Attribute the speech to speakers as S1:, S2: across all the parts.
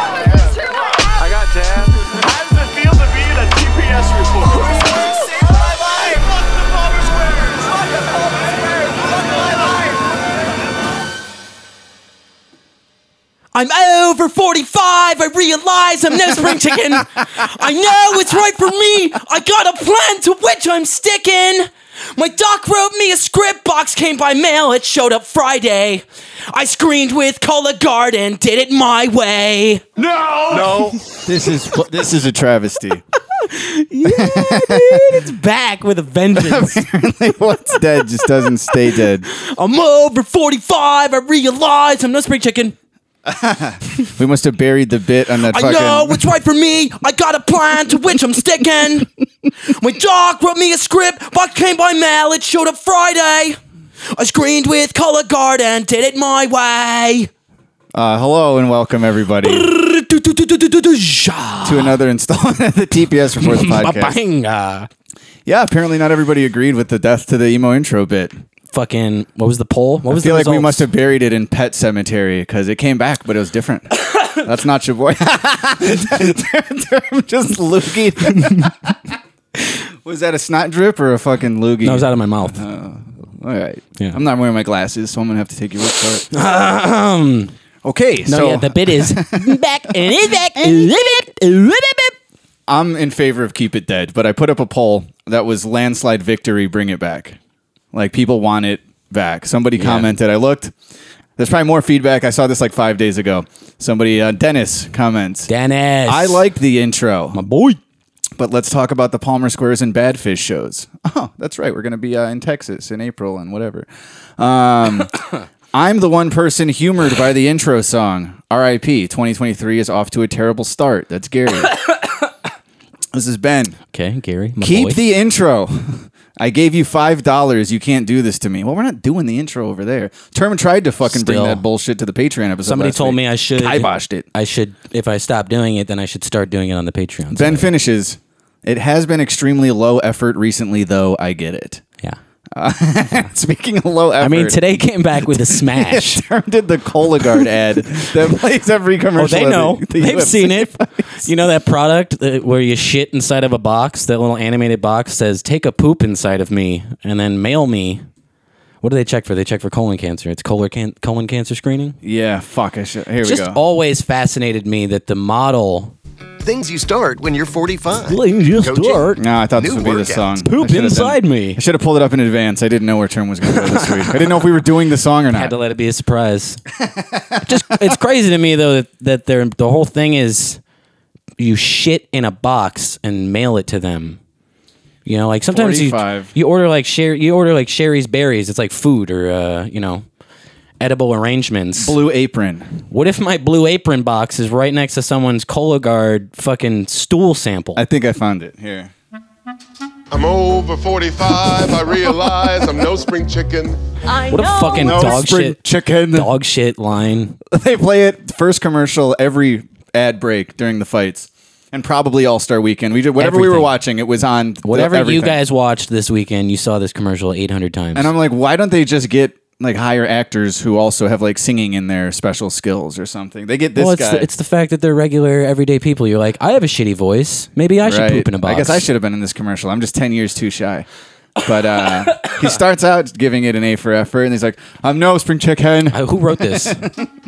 S1: I got dad.
S2: How does it feel to be in a GPS report?
S3: I'm over 45. I realize I'm no spring chicken. I know it's right for me. I got a plan to which I'm sticking. My doc wrote me a script box, came by mail, it showed up Friday. I screened with Cola Garden, did it my way.
S2: No.
S4: This is this is a travesty.
S3: It's back with a vengeance.
S4: What's dead just doesn't stay dead.
S3: I'm over 45. I realize I'm no spring chicken.
S4: We must have buried the bit on that
S3: I
S4: fucking.
S3: know what's right for me. I got a plan to which I'm sticking. My doc wrote me a script, but came by mail. It showed up Friday. I screened with Color Guard and did it my way.
S4: Uh, hello and welcome everybody to another installment of the TPS Report the podcast.
S3: Ba-bang.
S4: Yeah, apparently not everybody agreed with the death to the emo intro bit.
S3: Fucking, what was the poll? What
S4: I
S3: was
S4: feel
S3: the
S4: like we
S3: results?
S4: must have buried it in Pet Cemetery because it came back, but it was different. That's not your boy. I'm just loogie. was that a snot drip or a fucking loogie?
S3: No, it was out of my mouth.
S4: All right.
S3: Yeah.
S4: I'm not wearing my glasses, so I'm gonna have to take your word for it. Uh-huh. okay.
S3: Um, no,
S4: so
S3: yeah, the bit is back and it's back. and it's back.
S4: I'm in favor of keep it dead, but I put up a poll that was landslide victory, bring it back. Like people want it back. Somebody commented. I looked. There's probably more feedback. I saw this like five days ago. Somebody, uh, Dennis, comments.
S3: Dennis.
S4: I liked the intro,
S3: my boy.
S4: but let's talk about the Palmer Squares and Badfish shows. Oh, that's right. We're going to be uh, in Texas in April and whatever. Um, I'm the one person humored by the intro song. RIP 2023 is off to a terrible start. That's Gary. this is Ben.
S3: Okay, Gary. My
S4: Keep
S3: boy.
S4: the intro. I gave you five dollars. You can't do this to me. Well, we're not doing the intro over there. Term tried to fucking
S3: Still.
S4: bring that bullshit to the Patreon episode.
S3: Somebody
S4: last
S3: told
S4: week.
S3: me I should.
S4: I botched it.
S3: I should. If I stop doing it, then I should start doing it on the Patreon.
S4: Ben finishes. It has been extremely low effort recently, though. I get it.
S3: yeah.
S4: Speaking of low effort,
S3: I mean, today came back with a smash.
S4: Term did the Cologuard ad that plays every commercial.
S3: oh, they
S4: of the-
S3: know.
S4: the
S3: They've
S4: UFC.
S3: seen it. You know that product that, where you shit inside of a box? That little animated box says, "Take a poop inside of me and then mail me." What do they check for? They check for colon cancer. It's colon can- colon cancer screening.
S4: Yeah, fuck. I should. Here
S3: Just
S4: we go.
S3: always fascinated me that the model.
S5: Things you start when you're 45.
S3: Just
S5: Coaching. dark.
S4: no, I thought this
S5: New
S4: would be the
S5: workouts.
S4: song. I
S3: Poop
S4: should have
S3: inside
S4: done-
S3: me.
S4: I should have pulled it up in advance. I didn't know where Term was going to go this week. I didn't know if we were doing the song
S3: had
S4: or not.
S3: to let it be a surprise. Just it's crazy to me though that, that they're, the whole thing is you shit in a box and mail it to them. You know, like sometimes you,
S4: 45.
S3: you order like share you order like Sherry's berries. It's like food or uh, you know edible arrangements.
S4: Blue Apron.
S3: What if my blue apron box is right next to someone's Cologuard fucking stool sample?
S4: I think I found it here.
S6: I'm over 45. I realize I'm no spring chicken.
S3: what a fucking dog
S4: spring
S3: shit
S4: chicken.
S3: dog shit line.
S4: They play it first commercial every ad break during the fights, and probably All Star Weekend. We did whatever we were
S3: Everything.
S4: watching. It was on the-
S3: Whatever you
S4: everything.
S3: guys watched this weekend, you saw this commercial 800 times.
S4: And I'm like, why don't they just get like hire actors who also have like singing in their special skills or something? They get this
S3: well, it's
S4: guy.
S3: The, it's the fact that they're regular, everyday people. You're like, I have a shitty voice. Maybe I should
S4: right?
S3: poop in a box.
S4: I guess I should have been in this commercial. I'm just ten years too shy. But uh, he starts out giving it an A for effort, and he's like, "I'm no spring chicken."
S3: Uh, who wrote this?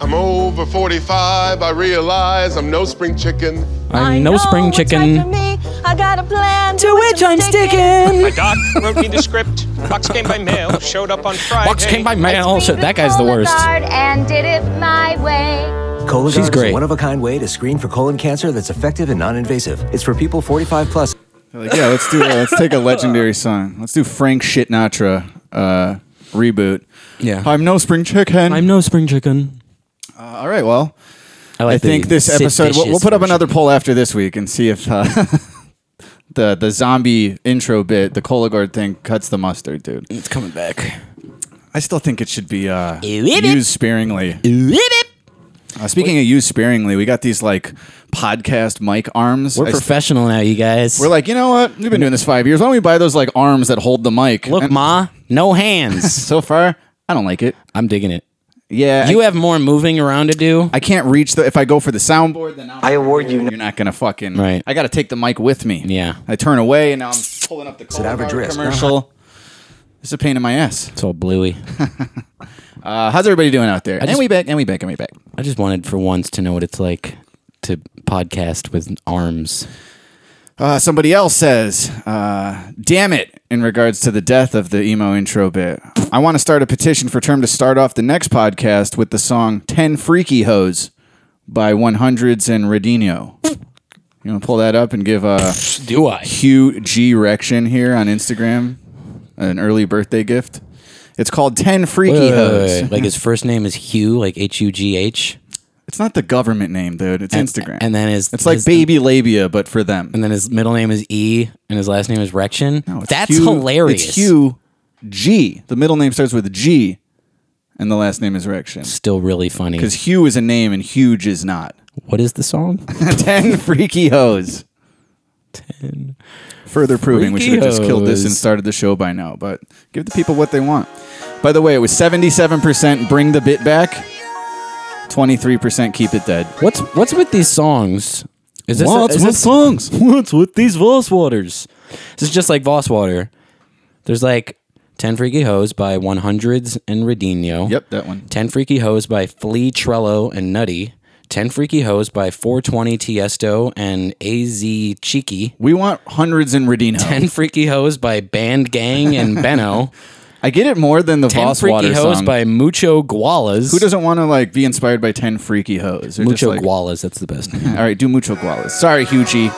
S6: I'm over 45. I realize I'm no spring chicken.
S3: I'm no spring chicken.
S7: I got a plan to which I'm sticking.
S8: My doc wrote me the script. Box came by mail. Showed up on Friday.
S3: Box came by mail. So that guy's the worst.
S7: And did it my way.
S5: Cologuard
S3: She's great.
S5: is a one-of-a-kind way to screen for colon cancer that's effective and non-invasive. It's for people 45 plus.
S4: They're like, yeah, let's do. uh, Let's take a legendary song. Let's do Frank Sinatra uh, reboot.
S3: Yeah.
S4: I'm no spring chicken.
S3: I'm no spring chicken.
S4: All right, well,
S3: I, like
S4: I think
S3: the
S4: this
S3: Sid
S4: episode we'll,
S3: Vicious
S4: we'll put up
S3: version.
S4: another poll after this week and see if uh, the the zombie intro bit, the Cologuard thing, cuts the mustard, dude.
S3: It's coming back.
S4: I still think it should be uh,
S3: Ooh, it-
S4: used sparingly. Uh, speaking of used sparingly, we got these like podcast mic arms.
S3: We're
S4: I st-
S3: professional now, you guys.
S4: we're like, you know what? We've been doing this five years. Why don't we buy those like arms that hold the mic?
S3: Look,
S4: And
S3: Ma, no hands.
S4: so far, I don't like it.
S3: I'm digging it.
S4: Yeah,
S3: You
S4: I,
S3: have more moving around to do.
S4: I can't reach the. If I go for the soundboard, then i
S5: I award you
S4: you're not gonna fucking.
S3: Right.
S4: I got to take the mic with me.
S3: Yeah.
S4: I turn away, and now I'm pulling up the cold
S5: average
S4: hard
S5: risk.
S4: commercial. It's a pain in my ass.
S3: It's all bluey.
S4: Uh, how's everybody doing out there? and
S3: just-
S4: we back. And we back. And we back.
S3: I just wanted for once to know what it's like to podcast with arms.
S4: Uh, somebody else says, uh, damn it, in regards to the death of the emo intro bit. I want to start a petition for Term to start off the next podcast with the song 10 Freaky Hoes by 100s and Radino. You want to pull that up and give uh,
S3: Do I?
S4: Hugh G. Rection here on Instagram an early birthday gift? It's called 10 Freaky Hoes.
S3: Like his first name is Hugh, like H U G H.
S4: It's not the government name, dude. It's
S3: And-
S4: Instagram.
S3: and then his-
S4: It's like
S3: his-
S4: Baby Labia, but for them.
S3: And then his middle name is E, and his last name is Rection.
S4: No, Oh, it's
S3: That's
S4: Hugh-
S3: hilarious.
S4: It's Hugh G. The middle name starts with G, and the last name is Rection.
S3: Still really funny.
S4: Because Hugh is a name and huge is not.
S3: What is the song?
S4: Ten freaky hoes. Ten. Further proving we
S3: freaky
S4: should have just killed this and
S3: hoes.
S4: started the show by now, but give the people what they want. By the way, it was 77% bring the bit back, 23% keep it dead.
S3: What's What's with these songs? Is this
S4: What's
S3: is
S4: with
S3: this-
S4: songs?
S3: What's with these Voss waters? This is just like Voss water. There's like ten freaky hoes by One Hundreds and Radinho.
S4: Yep, that one.
S3: 10 Freaky Hoes by Flea, Trello, and Nutty. 10 Freaky Hoes by 420 Tiesto and AZ Cheeky.
S4: We want hundreds in Radino.
S3: 10 Freaky Hoes by Band Gang and Benno.
S4: I get it more than the
S3: 10
S4: Voss
S3: Freaky
S4: Water
S3: Hoes
S4: song.
S3: by Mucho Gualas.
S4: Who doesn't want to like be inspired by ten freaky hoes? They're just
S3: Mucho
S4: like,
S3: Gualas, that's the best name.
S4: All right, do mucho gualas. Sorry, Hugie.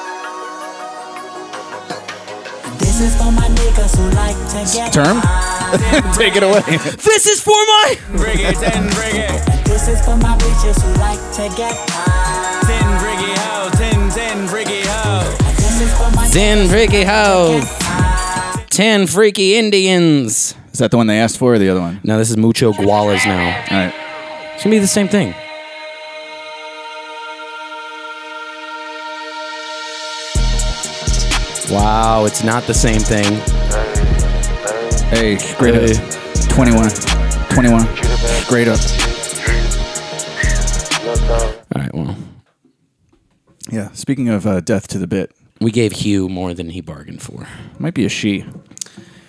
S9: This is for my niggas who like to get
S4: Term, take it away.
S3: This is for my.
S1: Bring it, ten, bring it.
S9: This is for my bitches who like to get high.
S1: Ten, bring it ho. Ten, ten, bring it ho.
S9: This is for my
S3: 10 Freaky Hoes. 10 Freaky Indians.
S4: Is that the one they asked for, or the other one?
S3: No, this is Mucho Gualas now.
S4: All right,
S3: It's gonna be the same thing. Wow, it's not the same thing.
S4: hey, great up, 21, 21, great up.
S3: All right, well,
S4: Yeah. Speaking of uh, death to the bit,
S3: we gave Hugh more than he bargained for.
S4: might be a she.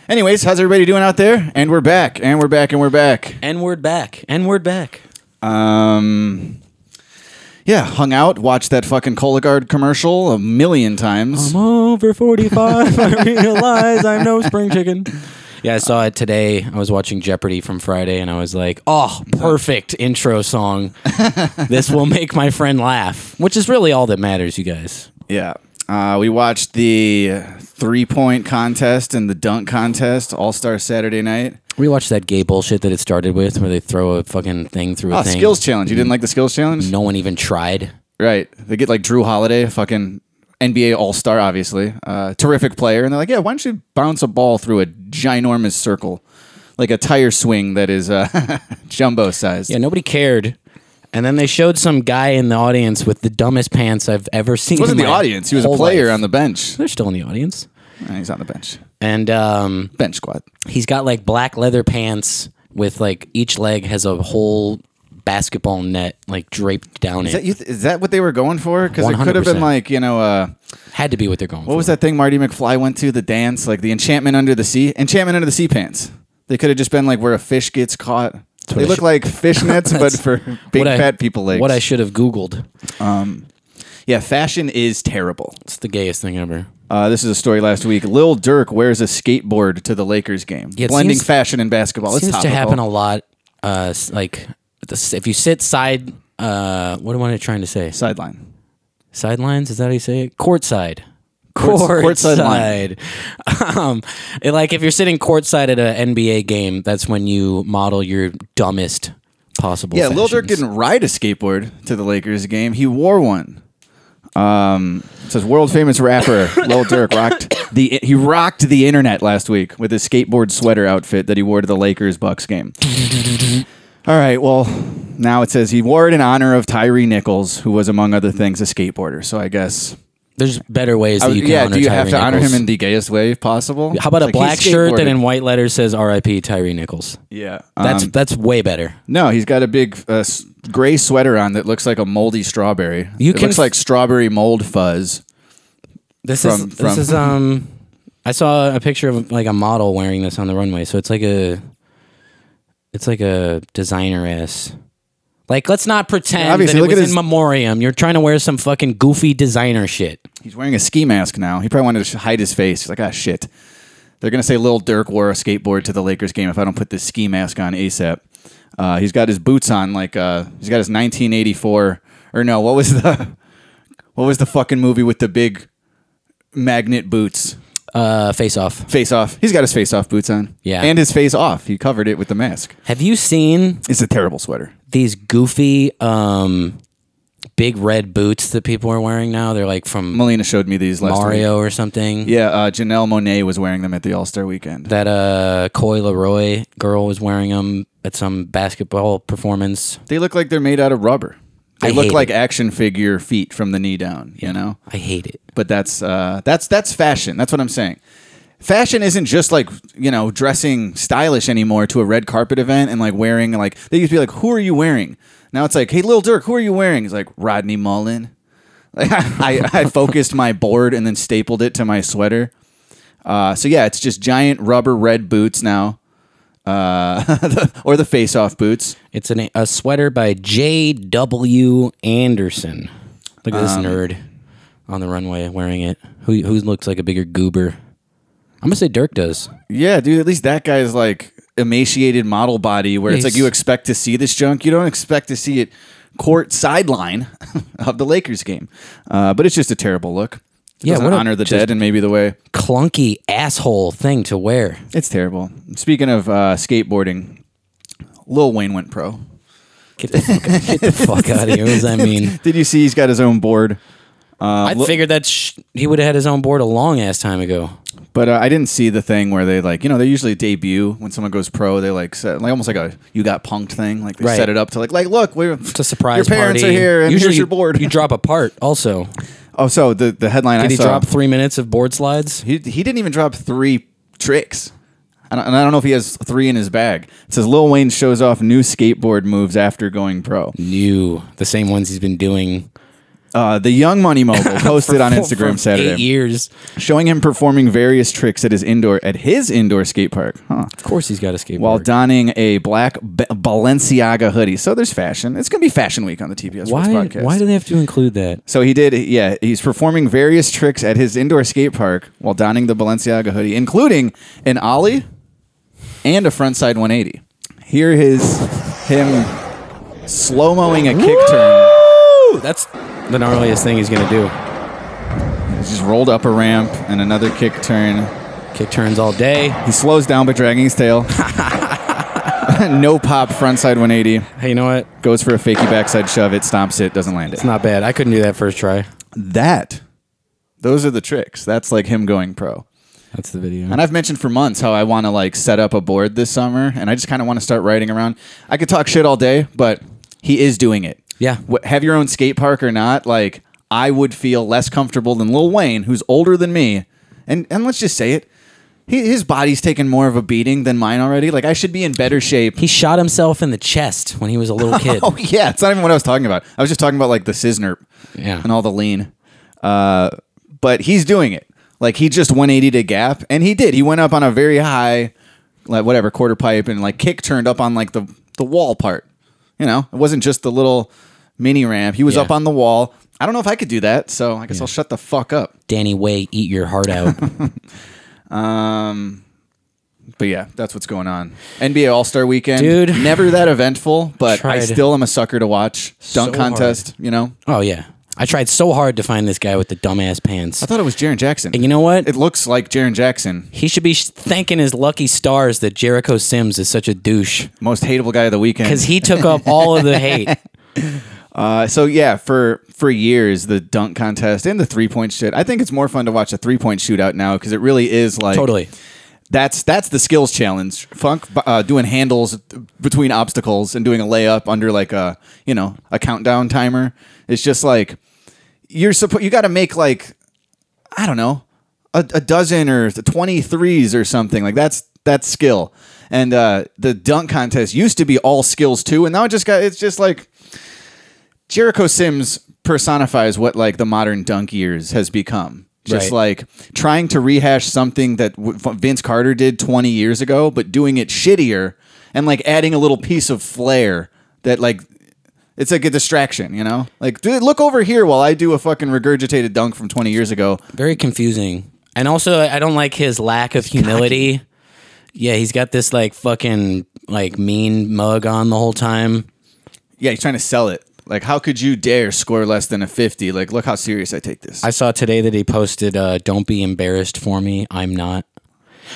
S4: Anyways, how's everybody doing out there? And we're back, and we're back, and we're back.
S3: N word back. N word back.
S4: Um, yeah, hung out, watched that fucking Cologuard commercial a million times.
S3: Over 45, I realize I'm no spring chicken. Yeah, I saw it today. I was watching Jeopardy from Friday and I was like, oh, perfect intro song. this will make my friend laugh, which is really all that matters, you guys.
S4: Yeah. Uh, we watched the three point contest and the dunk contest All Star Saturday night.
S3: We watched that gay bullshit that it started with, where they throw a fucking thing through a
S4: Oh,
S3: thing. Mm.
S4: skills challenge. You didn't like the skills challenge?
S3: No one even tried.
S4: Right. They get like Drew Holiday, a fucking NBA All Star, obviously. Uh, terrific player. And they're like, yeah, why don't you bounce a ball through a ginormous circle? Like a tire swing that is uh, jumbo sized.
S3: Yeah, nobody cared. And then they showed some guy in the audience with the dumbest pants I've ever seen.
S4: He wasn't
S3: in
S4: the
S3: my
S4: audience. He was a
S3: whole
S4: player
S3: life.
S4: on the bench.
S3: They're still in the audience,
S4: Uh, He's on the bench.
S3: and um,
S4: Bench squad.
S3: he's got like black leather pants with like each leg has a whole basketball net like draped down
S4: Is
S3: it.
S4: that, you th- is that what they were going for? Because it could have been
S3: 100%.
S4: like, you know, uh,
S3: Had to be what they're going
S4: What was that thing Marty McFly went to? The dance, like the enchantment under the sea, enchantment under the sea pants. They could have just been like where a fish gets caught. They
S3: I
S4: look
S3: sh-
S4: like fishnets, but for big fat people legs.
S3: What I should have googled.
S4: yeah, fashion is terrible.
S3: It's the gayest thing ever.
S4: Uh, this is a story last week. Lil Durk wears a skateboard to the Lakers game,
S3: Yeah, it
S4: blending
S3: seems-
S4: fashion and basketball. Oh, It's
S3: seems to
S4: topical.
S3: happen a lot. Uh, s- like the, s- if you sit side, uh, what am I trying to say?
S4: sideline.
S3: Sidelines is that how you say it? Courtside.
S4: Courts- courtside line.
S3: Courtside. um, it- like if you're sitting courtside at an NBA game, that's when you model your dumbest possible.
S4: Yeah, Lil Durk
S3: fashions.
S4: didn't ride a skateboard to the Lakers game. He wore one. Um, it says world famous rapper Lil Durk rocked the he rocked the internet last week with his skateboard sweater outfit that he wore to the Lakers Bucks game. All right, well, now it says he wore it in honor of Tyree Nichols, who was among other things a skateboarder. So I guess
S3: There's better ways
S4: I
S3: that
S4: would-
S3: you can
S4: Oh, yeah,
S3: honor
S4: do you
S3: Tyree
S4: have to honor
S3: Nichols.
S4: him in the gayest way possible?
S3: How about
S4: It's
S3: a black
S4: like he
S3: shirt that
S4: skateboarded.
S3: in white letters says "R.I.P. Tyree Nichols"?
S4: yeah,
S3: That's
S4: um,
S3: that's way better.
S4: No, he's got a big uh, s- gray sweater on that looks like a moldy strawberry.
S3: You
S4: it
S3: can
S4: looks
S3: f-
S4: like strawberry mold fuzz.
S3: This
S4: from-
S3: is this
S4: from-
S3: is um. I saw a picture of like a model wearing this on the runway, so it's like a, it's like a designer ass. Like, let's not pretend that
S4: obviously,
S3: it
S4: look
S3: was
S4: at
S3: in
S4: his-
S3: memoriam. You're trying to wear some fucking goofy designer shit.
S4: He's wearing a ski mask now. He probably wanted to sh- hide his face. He's like, ah, shit. They're gonna say Lil Durk wore a skateboard to the Lakers game if I don't put this ski mask on ASAP. Uh, he's got his boots on, like uh, he's got his 1984 or no, what was the what was the fucking movie with the big magnet boots?
S3: Uh, face off.
S4: Face off. He's got his face off boots on.
S3: Yeah.
S4: and his face off. He covered it with the mask.
S3: Have you seen
S4: It's a terrible sweater.
S3: these goofy um, big red boots that people are wearing now? They're like from
S4: Molina showed me these last week.
S3: Mario or something.
S4: Yeah, uh, Janelle Monet was wearing them at the All Star weekend.
S3: That uh, Coy Leroy girl was wearing them at some basketball performance.
S4: they look like they're made out of rubber. They
S3: I
S4: look
S3: hate
S4: like action figure feet from the knee down, you know.
S3: I hate it.
S4: But that's uh, that's that's fashion. That's what I'm saying. Fashion isn't just like you know dressing stylish anymore to a red carpet event and like wearing like they used to be like who are you wearing? Now it's like hey Lil Durk who are you wearing? He's like Rodney Mullen. Like, I, I focused my board and then stapled it to my sweater. Uh, so yeah, it's just giant rubber red boots now, uh, or the face-off boots.
S3: It's an, a sweater by J.W. Anderson. Look at this
S4: Um,
S3: nerd on the runway wearing it. Who who looks like a bigger goober? I'm gonna say Dirk does.
S4: Yeah, dude. At least that guy's like emaciated model body, where it's
S3: He's-
S4: like you expect to see this junk. You don't expect to see it court sideline of the Lakers game. Uh, but it's just a terrible look. It
S3: Yeah,
S4: doesn't
S3: what a-
S4: honor the
S3: just-
S4: dead and maybe the way
S3: Clunky asshole thing to wear.
S4: it's terrible. Speaking of uh, skateboarding, Lil Wayne went pro.
S3: Get the fuck, get the fuck out of here. What does that mean?
S4: Did you see he's got his own board? Uh,
S3: I figured that sh- he would have had his own board a long ass time ago.
S4: But uh, I didn't see the thing where they like, you know, they usually debut when someone goes pro. They like set like almost like a you got punked thing. Like they
S3: Right.
S4: set it up to like, like look, we're
S3: It's a surprise
S4: Your parents
S3: party.
S4: are here, and
S3: Usually
S4: here's
S3: you-
S4: your board.
S3: you drop a part also.
S4: oh, so the the headline I
S3: Did he
S4: saw,
S3: drop three minutes of board slides?
S4: he he didn't even drop three tricks. I don't, and I don't know if he has three in his bag. It says Lil Wayne shows off new skateboard moves after going pro.
S3: New. The same ones he's been doing
S4: Uh, the Young Money Mogul posted on Instagram
S3: for
S4: Saturday,
S3: Eight years.
S4: showing him performing various tricks at his indoor at his indoor skate park. Huh.
S3: Of course he's got a skateboard.
S4: while donning a black B- Balenciaga hoodie. So there's fashion. It's going to be fashion week on the TPS Sports
S3: why,
S4: podcast.
S3: why do they have to include that?
S4: so he did, yeah, he's performing various tricks at his indoor skate park while donning the Balenciaga hoodie, including an ollie and a frontside 180. Here is him slow-moing a kick turn.
S3: Ooh, that's the gnarliest thing he's going to do.
S4: He's just rolled up a ramp and another kick turn.
S3: Kick turns all day.
S4: He slows down by dragging his tail. no pop frontside 180.
S3: Hey, you know what?
S4: Goes for a fakie backside shove. It stomps it. Doesn't land it.
S3: It's not bad. I couldn't do that first try.
S4: that those are the tricks that's like him going pro
S3: That's the video.
S4: and i've mentioned for months how i want to like set up a board this summer and i just kind of want to start riding around i could talk shit all day but he is doing it
S3: Yeah.
S4: Wh- have your own skate park or not like i would feel less comfortable than lil wayne who's older than me and and let's just say it he, his body's taken more of a beating than mine already like i should be in better shape
S3: he shot himself in the chest when he was a little kid.
S4: Oh yeah, it's not even what I was talking about. I was just talking about like the Cisner
S3: Yeah.
S4: and all the lean. Uh, but he's doing it. Like he just 180 to gap, and he did. He went up on a very high, like whatever quarter pipe, and like kick turned up on like the the wall part. You know, it wasn't just the little mini ramp. He was
S3: Yeah.
S4: up on the wall. I don't know if I could do that, so I guess I'll shut the fuck up.
S3: Danny Way, eat your heart out.
S4: But yeah, that's what's going on. NBA All Star Weekend,
S3: Dude.
S4: Never that eventful, but I
S3: Tried.
S4: still am a sucker to watch. Dunk
S3: So hard.
S4: contest, you know.
S3: oh, yeah. I tried so hard to find this guy with the dumbass pants.
S4: I thought it was Jaron Jackson.
S3: And you know what?
S4: It looks like Jaron Jackson,
S3: He should be sh- thanking his lucky stars that Jericho Sims is such a douche
S4: most hateable guy of the weekend.
S3: because he took up all of the hate.
S4: Uh, so yeah, for for years the dunk contest and the three point shit. I think it's more fun to watch a three point shootout now because it really is like
S3: Totally.
S4: That's that's the skills challenge. Funk uh, doing handles between obstacles and doing a layup under like a you know a countdown timer. It's just like you're supposed you got to make like I don't know a, a dozen or th- 20 threes or something like that's that's skill. And uh, the dunk contest used to be all skills too, and now it just got it's just like Jericho Sims personifies what like the modern dunk years has become. Just
S3: Right.
S4: like trying to rehash something that w- Vince Carter did 20 years ago, but doing it shittier and like adding a little piece of flair that like it's like a distraction, you know? Like, dude, look over here while I do a fucking regurgitated dunk from 20 years ago.
S3: Very confusing. And also, I I don't like his lack of humility. Yeah, he's got this like fucking like mean mug on the whole time.
S4: Yeah, he's trying to sell it. Like, how could you dare score less than a 50? Like, look how serious I take this.
S3: I saw today that he posted, uh, "Don't be embarrassed for me. I'm not."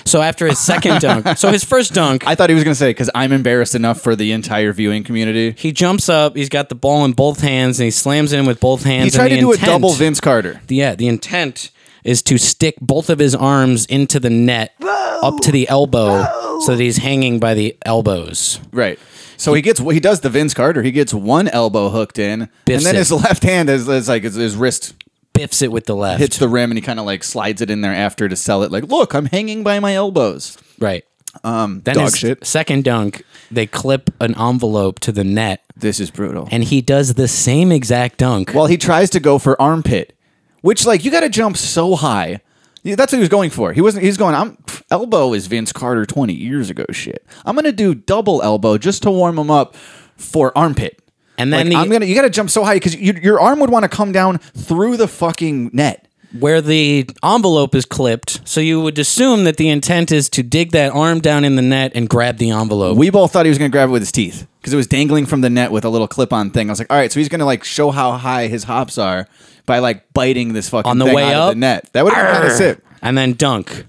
S3: So after his second dunk, so his first dunk,
S4: I thought he was going to say, because I'm embarrassed enough for the entire viewing community.
S3: he jumps up. He's got the ball in both hands and he slams it in with both hands.
S4: He tried
S3: and the
S4: to do a
S3: intent-
S4: double Vince Carter.
S3: the- yeah, the intent is to stick both of his arms into the net up to the elbow so that he's hanging by the elbows.
S4: Right. So he gets he does the Vince Carter. He gets one elbow hooked in,
S3: Biffs
S4: and then
S3: it.
S4: his left hand is, is like his, his wrist
S3: Biffs it with the left.
S4: hits the rim, and he kind of like slides it in there after to sell it. Like, look, I'm hanging by my elbows.
S3: right. Um, then
S4: dog
S3: his
S4: shit.
S3: second dunk, they clip an envelope to the net
S4: This is brutal.
S3: and he does the same exact dunk.
S4: Well, he tries to go for armpit, which like you got to jump so high. Yeah, That's what he was going for. He wasn't. He's going. I'm pff, elbow is Vince Carter twenty years ago. Shit. I'm gonna do double elbow just to warm him up for armpit.
S3: And then
S4: Like,
S3: the-
S4: I'm gonna. You got to jump so high because you, your arm would want to come down through the fucking net.
S3: where the envelope is clipped, so you would assume that the intent is to dig that arm down in the net and grab the envelope.
S4: We both thought he was gonna grab it with his teeth because it was dangling from the net with a little clip-on thing. I was like, all right, so he's gonna like show how high his hops are by like biting this fucking
S3: On the
S4: thing
S3: way
S4: out of
S3: up?
S4: the net. That would have been kind of sick.
S3: and then dunk.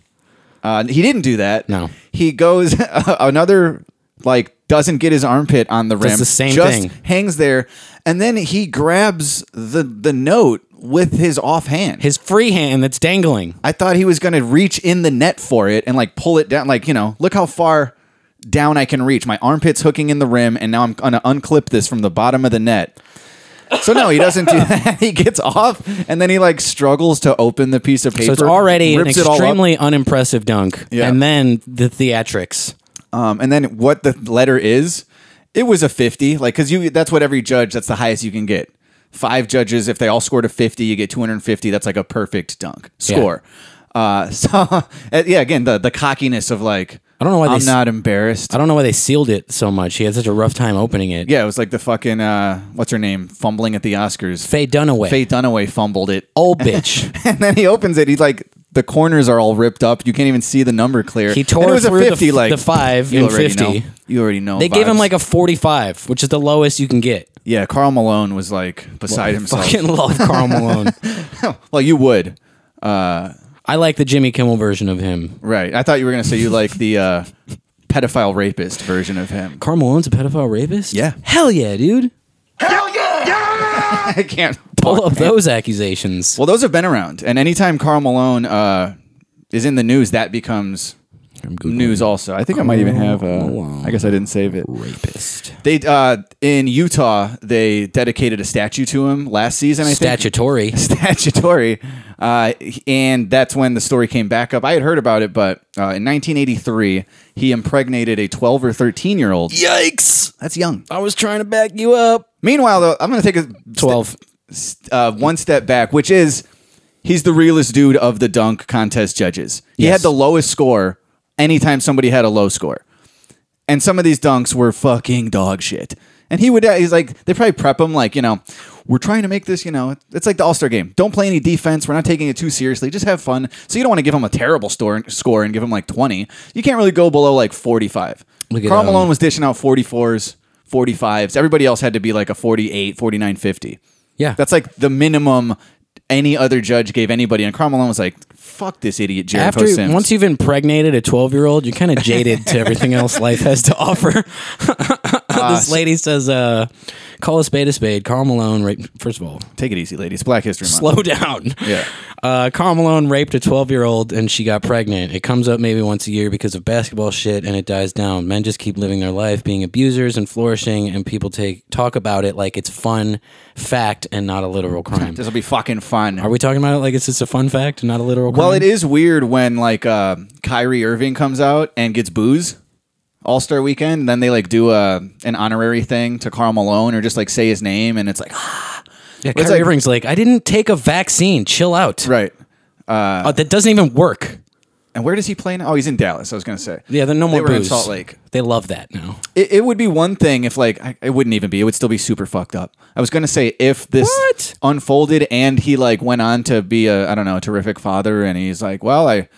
S4: Uh, he didn't do that.
S3: No.
S4: He goes another like doesn't get his armpit on the rim.
S3: the same
S4: just
S3: thing.
S4: Hangs there, and then he grabs the the note with his offhand.
S3: His free hand that's dangling.
S4: I thought he was gonna reach in the net for it and like pull it down. Like you know, look how far down I can reach. My armpit's hooking in the rim, and now I'm gonna unclip this from the bottom of the net. So no, he doesn't do that. he gets off, and then he like struggles to open the piece of paper.
S3: So it's already an
S4: rips it all up.
S3: extremely unimpressive dunk.
S4: Yeah.
S3: And then the theatrics.
S4: Um, and then what the letter is, it was a 50. Like, cause you, that's what every judge, that's the highest you can get. Five judges, if they all scored a 50, you get 250. That's like a perfect dunk score. Uh, so uh, yeah, again, the, the cockiness of like,
S3: I don't know why they
S4: I'm
S3: s-
S4: not embarrassed.
S3: I don't know why they sealed it so much. He had such a rough time opening it.
S4: yeah, it was like the fucking, uh, what's her name? Fumbling at the Oscars.
S3: Faye Dunaway.
S4: Faye Dunaway fumbled it. Oh,
S3: Old bitch.
S4: And then he opens it. He's like, the corners are all ripped up. You can't even see the number clear.
S3: He
S4: And
S3: tore
S4: it was
S3: through
S4: a
S3: the
S4: 50,
S3: f-
S4: like
S3: the five
S4: you
S3: and
S4: already
S3: 50.
S4: Know. You already know.
S3: they gave him
S4: vibes.
S3: like a 45, which is the lowest you can get.
S4: Yeah, Carl Malone was like beside himself.
S3: Fucking love Carl Malone.
S4: well, you would,
S3: I like the Jimmy Kimmel version of him.
S4: right? I thought you were gonna say you like the uh, pedophile rapist version of him.
S3: Carl Malone's a pedophile rapist?
S4: Yeah.
S3: Hell yeah, dude.
S4: I can't
S3: All of those accusations.
S4: Well, those have been around, and anytime Carl Malone uh, is in the news, that becomes news. Also, I think I might even have. Uh, I guess I didn't save it.
S3: rapist.
S4: They uh, in Utah, they dedicated a statue to him last season. I think.
S3: Statutory.
S4: statutory. Uh, and that's when the story came back up. I had heard about it, but uh, in 1983, he impregnated a 12 or 13 year old.
S3: Yikes.
S4: That's young.
S3: I was trying to back you up.
S4: Meanwhile, though, I'm going to take a
S3: 12.
S4: st- uh, one step back, which is he's the realest dude of the dunk contest judges. He
S3: Yes.
S4: had the lowest score anytime somebody had a low score. And some of these dunks were fucking dog shit. And he would, uh, he's like, they probably prep him like, you know, we're trying to make this, you know, it's like the All Star game. Don't play any defense. We're not taking it too seriously. Just have fun. So you don't want to give him a terrible store, score and give him like 20. You can't really go below like 45.
S3: Look at,
S4: Carl
S3: um,
S4: Malone was dishing out 44s, 45s. Everybody else had to be like a 48, 49, 50.
S3: Yeah.
S4: That's like the minimum any other judge gave anybody. And Carl Malone was like, fuck this idiot Jericho
S3: After
S4: Sims.
S3: once you've impregnated a twelve year old, you're kind of jaded to everything else life has to offer. this lady says, uh, "Call a spade a spade." Carl Malone raped. First of all,
S4: Take it easy, ladies. Black History Month.
S3: slow down.
S4: Yeah.
S3: Uh, Carl Malone raped a 12 year old and she got pregnant. It comes up maybe once a year because of basketball shit and it dies down. Men just keep living their life being abusers and flourishing, and people take talk about it like it's fun fact and not a literal crime.
S4: This will be fucking fun.
S3: Are we talking about it like it's just a fun fact and not a literal crime?
S4: well, it is weird when like uh, Kyrie Irving comes out and gets booze. All Star Weekend, and then they like do a an honorary thing to Carl Malone, or just like say his name, and it's like
S3: Yeah,
S4: it's
S3: Kyrie
S4: like-
S3: Irving's like, I didn't take a vaccine. Chill out.
S4: right.
S3: Uh, that doesn't even work.
S4: And where does he play now? Oh, he's in Dallas. I was gonna say.
S3: Yeah, then no
S4: They
S3: more
S4: were in
S3: booze.
S4: Salt Lake.
S3: They love that now.
S4: It, it would be one thing if like I, it wouldn't even be. It would still be super fucked up. I was gonna say if this
S3: What?
S4: unfolded and he like went on to be a I don't know a terrific father and he's like, well, I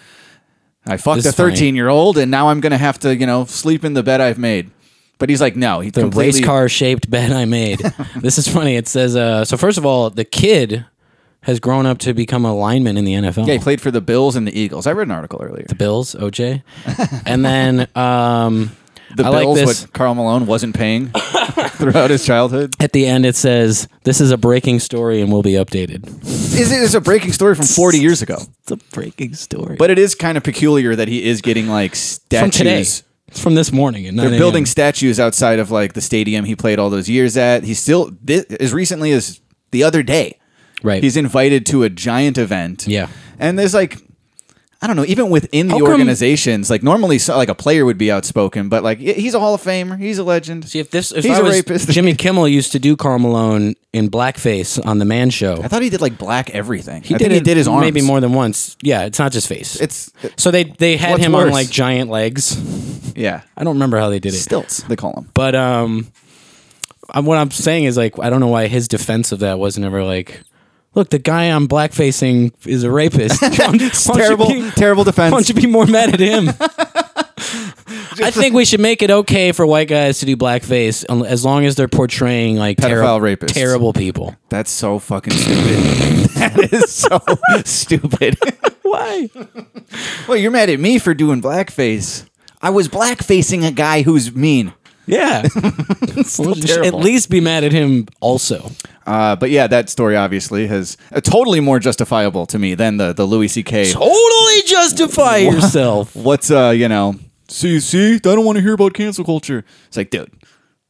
S4: I fucked
S3: This
S4: a
S3: is funny.
S4: thirteen year old and now I'm gonna have to you know sleep in the bed I've made. But he's like, no, he
S3: the
S4: completely
S3: race car shaped bed I made. this is funny. It says uh, so. First of all, the kid has grown up to become a lineman in the NFL.
S4: Yeah, he played for the Bills and the Eagles. I read an article earlier.
S3: the Bills, OJ, and then um,
S4: The
S3: I
S4: Bills,
S3: like this.
S4: what Carl Malone wasn't paying throughout his childhood.
S3: At the end, it says this is a breaking story and will be updated.
S4: Is it is a breaking story from forty years ago?
S3: It's a breaking story,
S4: But it is kind of peculiar that he is getting like statues.
S3: from today, it's from this morning. At 9
S4: They're
S3: a.m.
S4: building statues outside of like the stadium he played all those years at. He's still this, as recently as the other day.
S3: right.
S4: He's invited to a giant event.
S3: Yeah.
S4: and there's like I don't know. Even within the
S3: How come-
S4: organizations, like normally, so, like a player would be outspoken, but like he- he's a Hall of Famer. He's a legend.
S3: See if this if
S4: he's
S3: I
S4: a
S3: was
S4: rapist.
S3: Jimmy Kimmel used to do Carmelone in blackface on the Man Show.
S4: I thought he did like black everything. I think he did his arms.
S3: maybe more than once. Yeah, it's not just face.
S4: It's
S3: So they they had
S4: What's
S3: him on
S4: worse?
S3: like giant legs.
S4: yeah,
S3: I don't remember how they did it.
S4: stilts they call him.
S3: But um I'm, what I'm saying is like I don't know why his defense of that wasn't ever like look the guy I'm blackfacing is a rapist. Why don't- why don't you
S4: terrible,
S3: be-
S4: terrible defense.
S3: Why don't you be more mad at him? I think we should make it okay for white guys to do blackface un- as long as they're portraying like
S4: Pedophile
S3: terri-
S4: rapists.
S3: terrible people.
S4: That's so fucking stupid. that is so stupid.
S3: Why?
S4: well, you're mad at me for doing blackface. I was blackfacing a guy who's mean.
S3: Yeah. Well, you should at
S4: terrible.
S3: least be mad at him also.
S4: Uh, but yeah, that story obviously has uh, totally more justifiable to me than the the Louis C.K.
S3: Totally justify yourself.
S4: What's uh, you know, see, see, I don't want to hear about cancel culture. It's like, dude,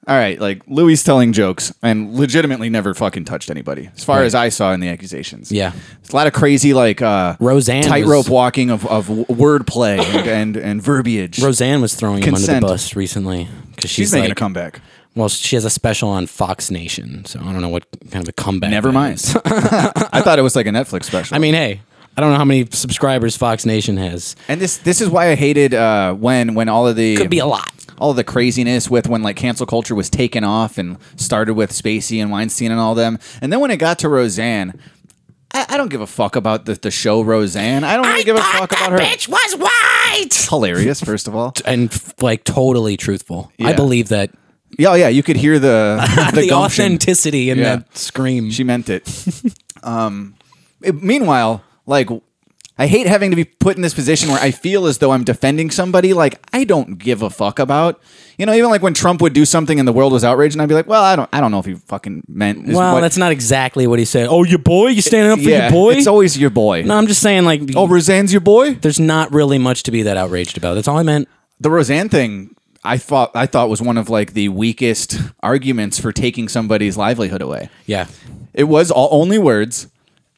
S4: all right, like Louis telling jokes and legitimately never fucking touched anybody, as far as I saw in the accusations.
S3: Yeah.
S4: it's a lot of crazy like uh,
S3: Roseanne
S4: tightrope
S3: was-
S4: walking of of w- wordplay and, and and verbiage.
S3: Roseanne was throwing him
S4: Consent.
S3: under the bus recently because
S4: she's,
S3: she's,
S4: making
S3: like,
S4: a comeback.
S3: Well, she has a special on Fox Nation, so I don't know what kind of a comeback.
S4: Never
S3: that
S4: mind.
S3: is.
S4: I thought it was like a Netflix special.
S3: I mean, hey, I don't know how many subscribers Fox Nation has.
S4: and this this is why I hated uh, when when all of the
S3: Could be a lot.
S4: all the craziness with when like cancel culture was taken off and started with Spacey and Weinstein and all them, and then when it got to Roseanne, I, I don't give a fuck about the, the show Roseanne. I don't really give a fuck about her.
S3: was white
S4: It's hilarious, first of all.
S3: and f- like totally truthful. I
S4: Yeah.
S3: believe that
S4: Yeah, yeah, you could hear the the,
S3: the,
S4: gumption.
S3: authenticity in
S4: Yeah.
S3: that scream.
S4: She meant it. um, it- Meanwhile, like, I hate having to be put in this position where I feel as though I'm defending somebody like I don't give a fuck about. You know, even like when Trump would do something and the world was outraged, and I'd be like, well, I don't, I don't know if he fucking meant. is
S3: well,
S4: what-
S3: that's not exactly what he said. Oh, your boy, you standing up for
S4: yeah,
S3: your boy?
S4: It's always your boy.
S3: no, I'm just saying like
S4: oh, Roseanne's your boy.
S3: there's not really much to be that outraged about. That's all I meant.
S4: the Roseanne thing. I thought I thought was one of like the weakest arguments for taking somebody's livelihood away.
S3: Yeah.
S4: It was all only words,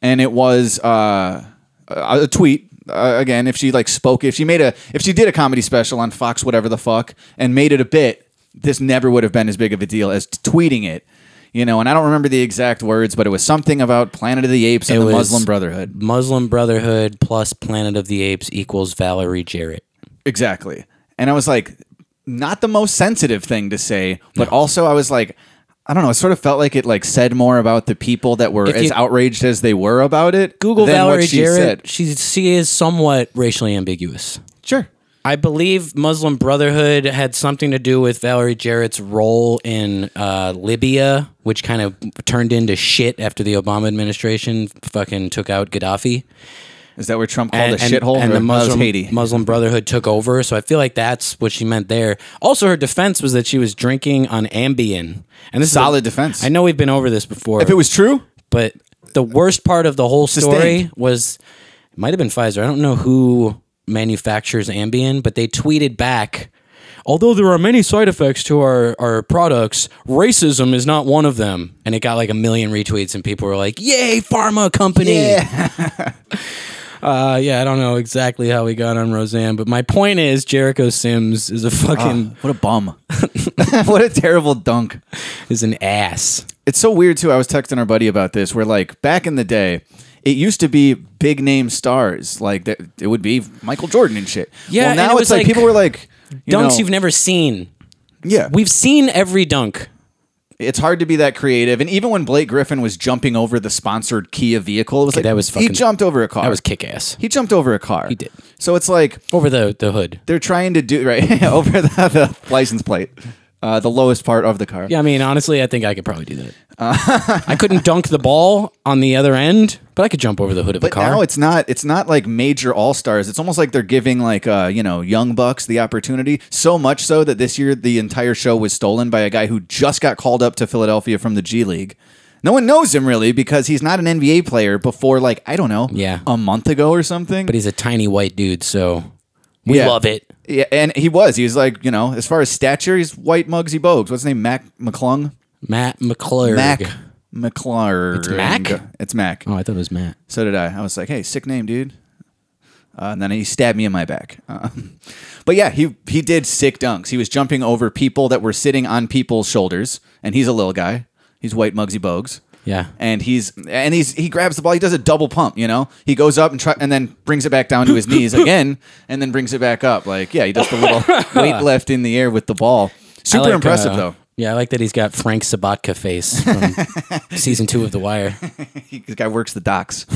S4: and it was uh, a a tweet. Uh, again, if she like spoke, if she made a, if she did a comedy special on Fox, whatever the fuck, and made it a bit, this never would have been as big of a deal as t- tweeting it. You know, and I don't remember the exact words, but it was something about Planet of the Apes and
S3: It
S4: the
S3: was-
S4: Muslim Brotherhood.
S3: Muslim Brotherhood plus Planet of the Apes equals Valerie Jarrett.
S4: Exactly. And I was like, not the most sensitive thing to say, but also I was like, I don't know. It sort of felt like it like said more about the people that were
S3: If
S4: as
S3: you-
S4: outraged as they were about it.
S3: Google
S4: than what
S3: Valerie
S4: she
S3: Jarrett.
S4: said.
S3: She she is somewhat racially ambiguous.
S4: Sure.
S3: I believe Muslim Brotherhood had something to do with Valerie Jarrett's role in uh, Libya, which kind of turned into shit after the Obama administration fucking took out Gaddafi.
S4: Is that where Trump called a shithole?
S3: and
S4: Or-
S3: the
S4: no, that was
S3: Muslim,
S4: Haiti.
S3: Muslim Brotherhood took over. So I feel like that's what she meant there. Also, her defense was that she was drinking on Ambien, and this
S4: Solid
S3: is a-
S4: defense.
S3: I know we've been over this before.
S4: if it was true,
S3: but the worst part of the whole story
S4: Sustained.
S3: was it might have been Pfizer. I don't know who manufactures Ambien, but they tweeted back. Although there are many side effects to our, our products, racism is not one of them. And it got like a million retweets, and people were like, Yay, pharma company. Yeah. uh, yeah, I don't know exactly how we got on Roseanne, but my point is Jericho Sims is a fucking,
S4: what a bum. what a terrible dunk.
S3: is an ass.
S4: It's so weird too. I was texting our buddy about this. Where like back in the day, it used to be big name stars. Like that, it would be Michael Jordan and shit.
S3: Yeah,
S4: Well,
S3: and
S4: now
S3: it
S4: it's
S3: was
S4: like,
S3: like
S4: people were like you
S3: Dunks
S4: know,
S3: you've never seen.
S4: Yeah,
S3: We've seen every dunk.
S4: it's hard to be that creative. And even when Blake Griffin was jumping over the sponsored Kia vehicle, it was like
S3: that was
S4: he
S3: fucking-
S4: jumped over a car.
S3: That was kick ass.
S4: He jumped over a car. He
S3: did.
S4: So it's like
S3: Over the, the hood.
S4: they're trying to do right over the, the license plate, uh, the lowest part of the car.
S3: Yeah, I mean, honestly, I think I could probably do that.
S4: Uh,
S3: I couldn't dunk the ball on the other end, but I could jump over the hood of
S4: But
S3: a car.
S4: now it's not it's not like major all stars. It's almost like they're giving like uh, you know young bucks the opportunity. So much so that this year the entire show was stolen by a guy who just got called up to Philadelphia from the G League. No one knows him really because he's not an NBA player. Before like I don't know,
S3: Yeah.
S4: a month ago or something.
S3: but he's a tiny white dude, so we
S4: Yeah.
S3: love it.
S4: yeah, and he was he was like you know as far as stature he's white Mugsy Bogues. What's his name? Mac McClung.
S3: Matt McClure.
S4: Mac McClure. It's
S3: Mac?
S4: It's Mac.
S3: Oh, I thought it was Matt.
S4: So did I. I was like, "Hey, sick name, dude." Uh, and then he stabbed me in my back. Uh, but yeah, he he did sick dunks. He was jumping over people that were sitting on people's shoulders, and he's a little guy. He's white Muggsy Bogues.
S3: Yeah.
S4: and he's and he's he grabs the ball. He does a double pump. You know, he goes up and try, and then brings it back down to his knees again, and then brings it back up. Like yeah, he does the little weight left in the air with the ball.
S3: I
S4: Super
S3: like,
S4: impressive
S3: uh,
S4: though.
S3: Yeah, I like that he's got Frank Sabatka face from season two of The Wire.
S4: he, this guy works the docks.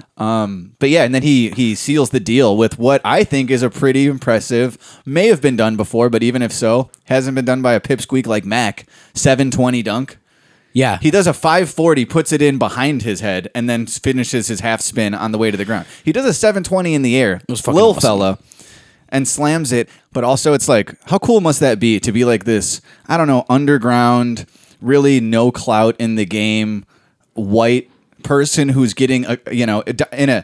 S4: um, but yeah, and then he he seals the deal with what I think is a pretty impressive, may have been done before, but even if so, hasn't been done by a pipsqueak like Mac. Seven twenty dunk.
S3: Yeah.
S4: He does a five forty, puts it in behind his head, and then finishes his half spin on the way to the ground. He does a seven twenty in the air,
S3: was fucking
S4: little
S3: awesome.
S4: fella, and slams it. But also, it's like, how cool must that be to be like this? I don't know, underground, really no clout in the game, white person who's getting a you know in a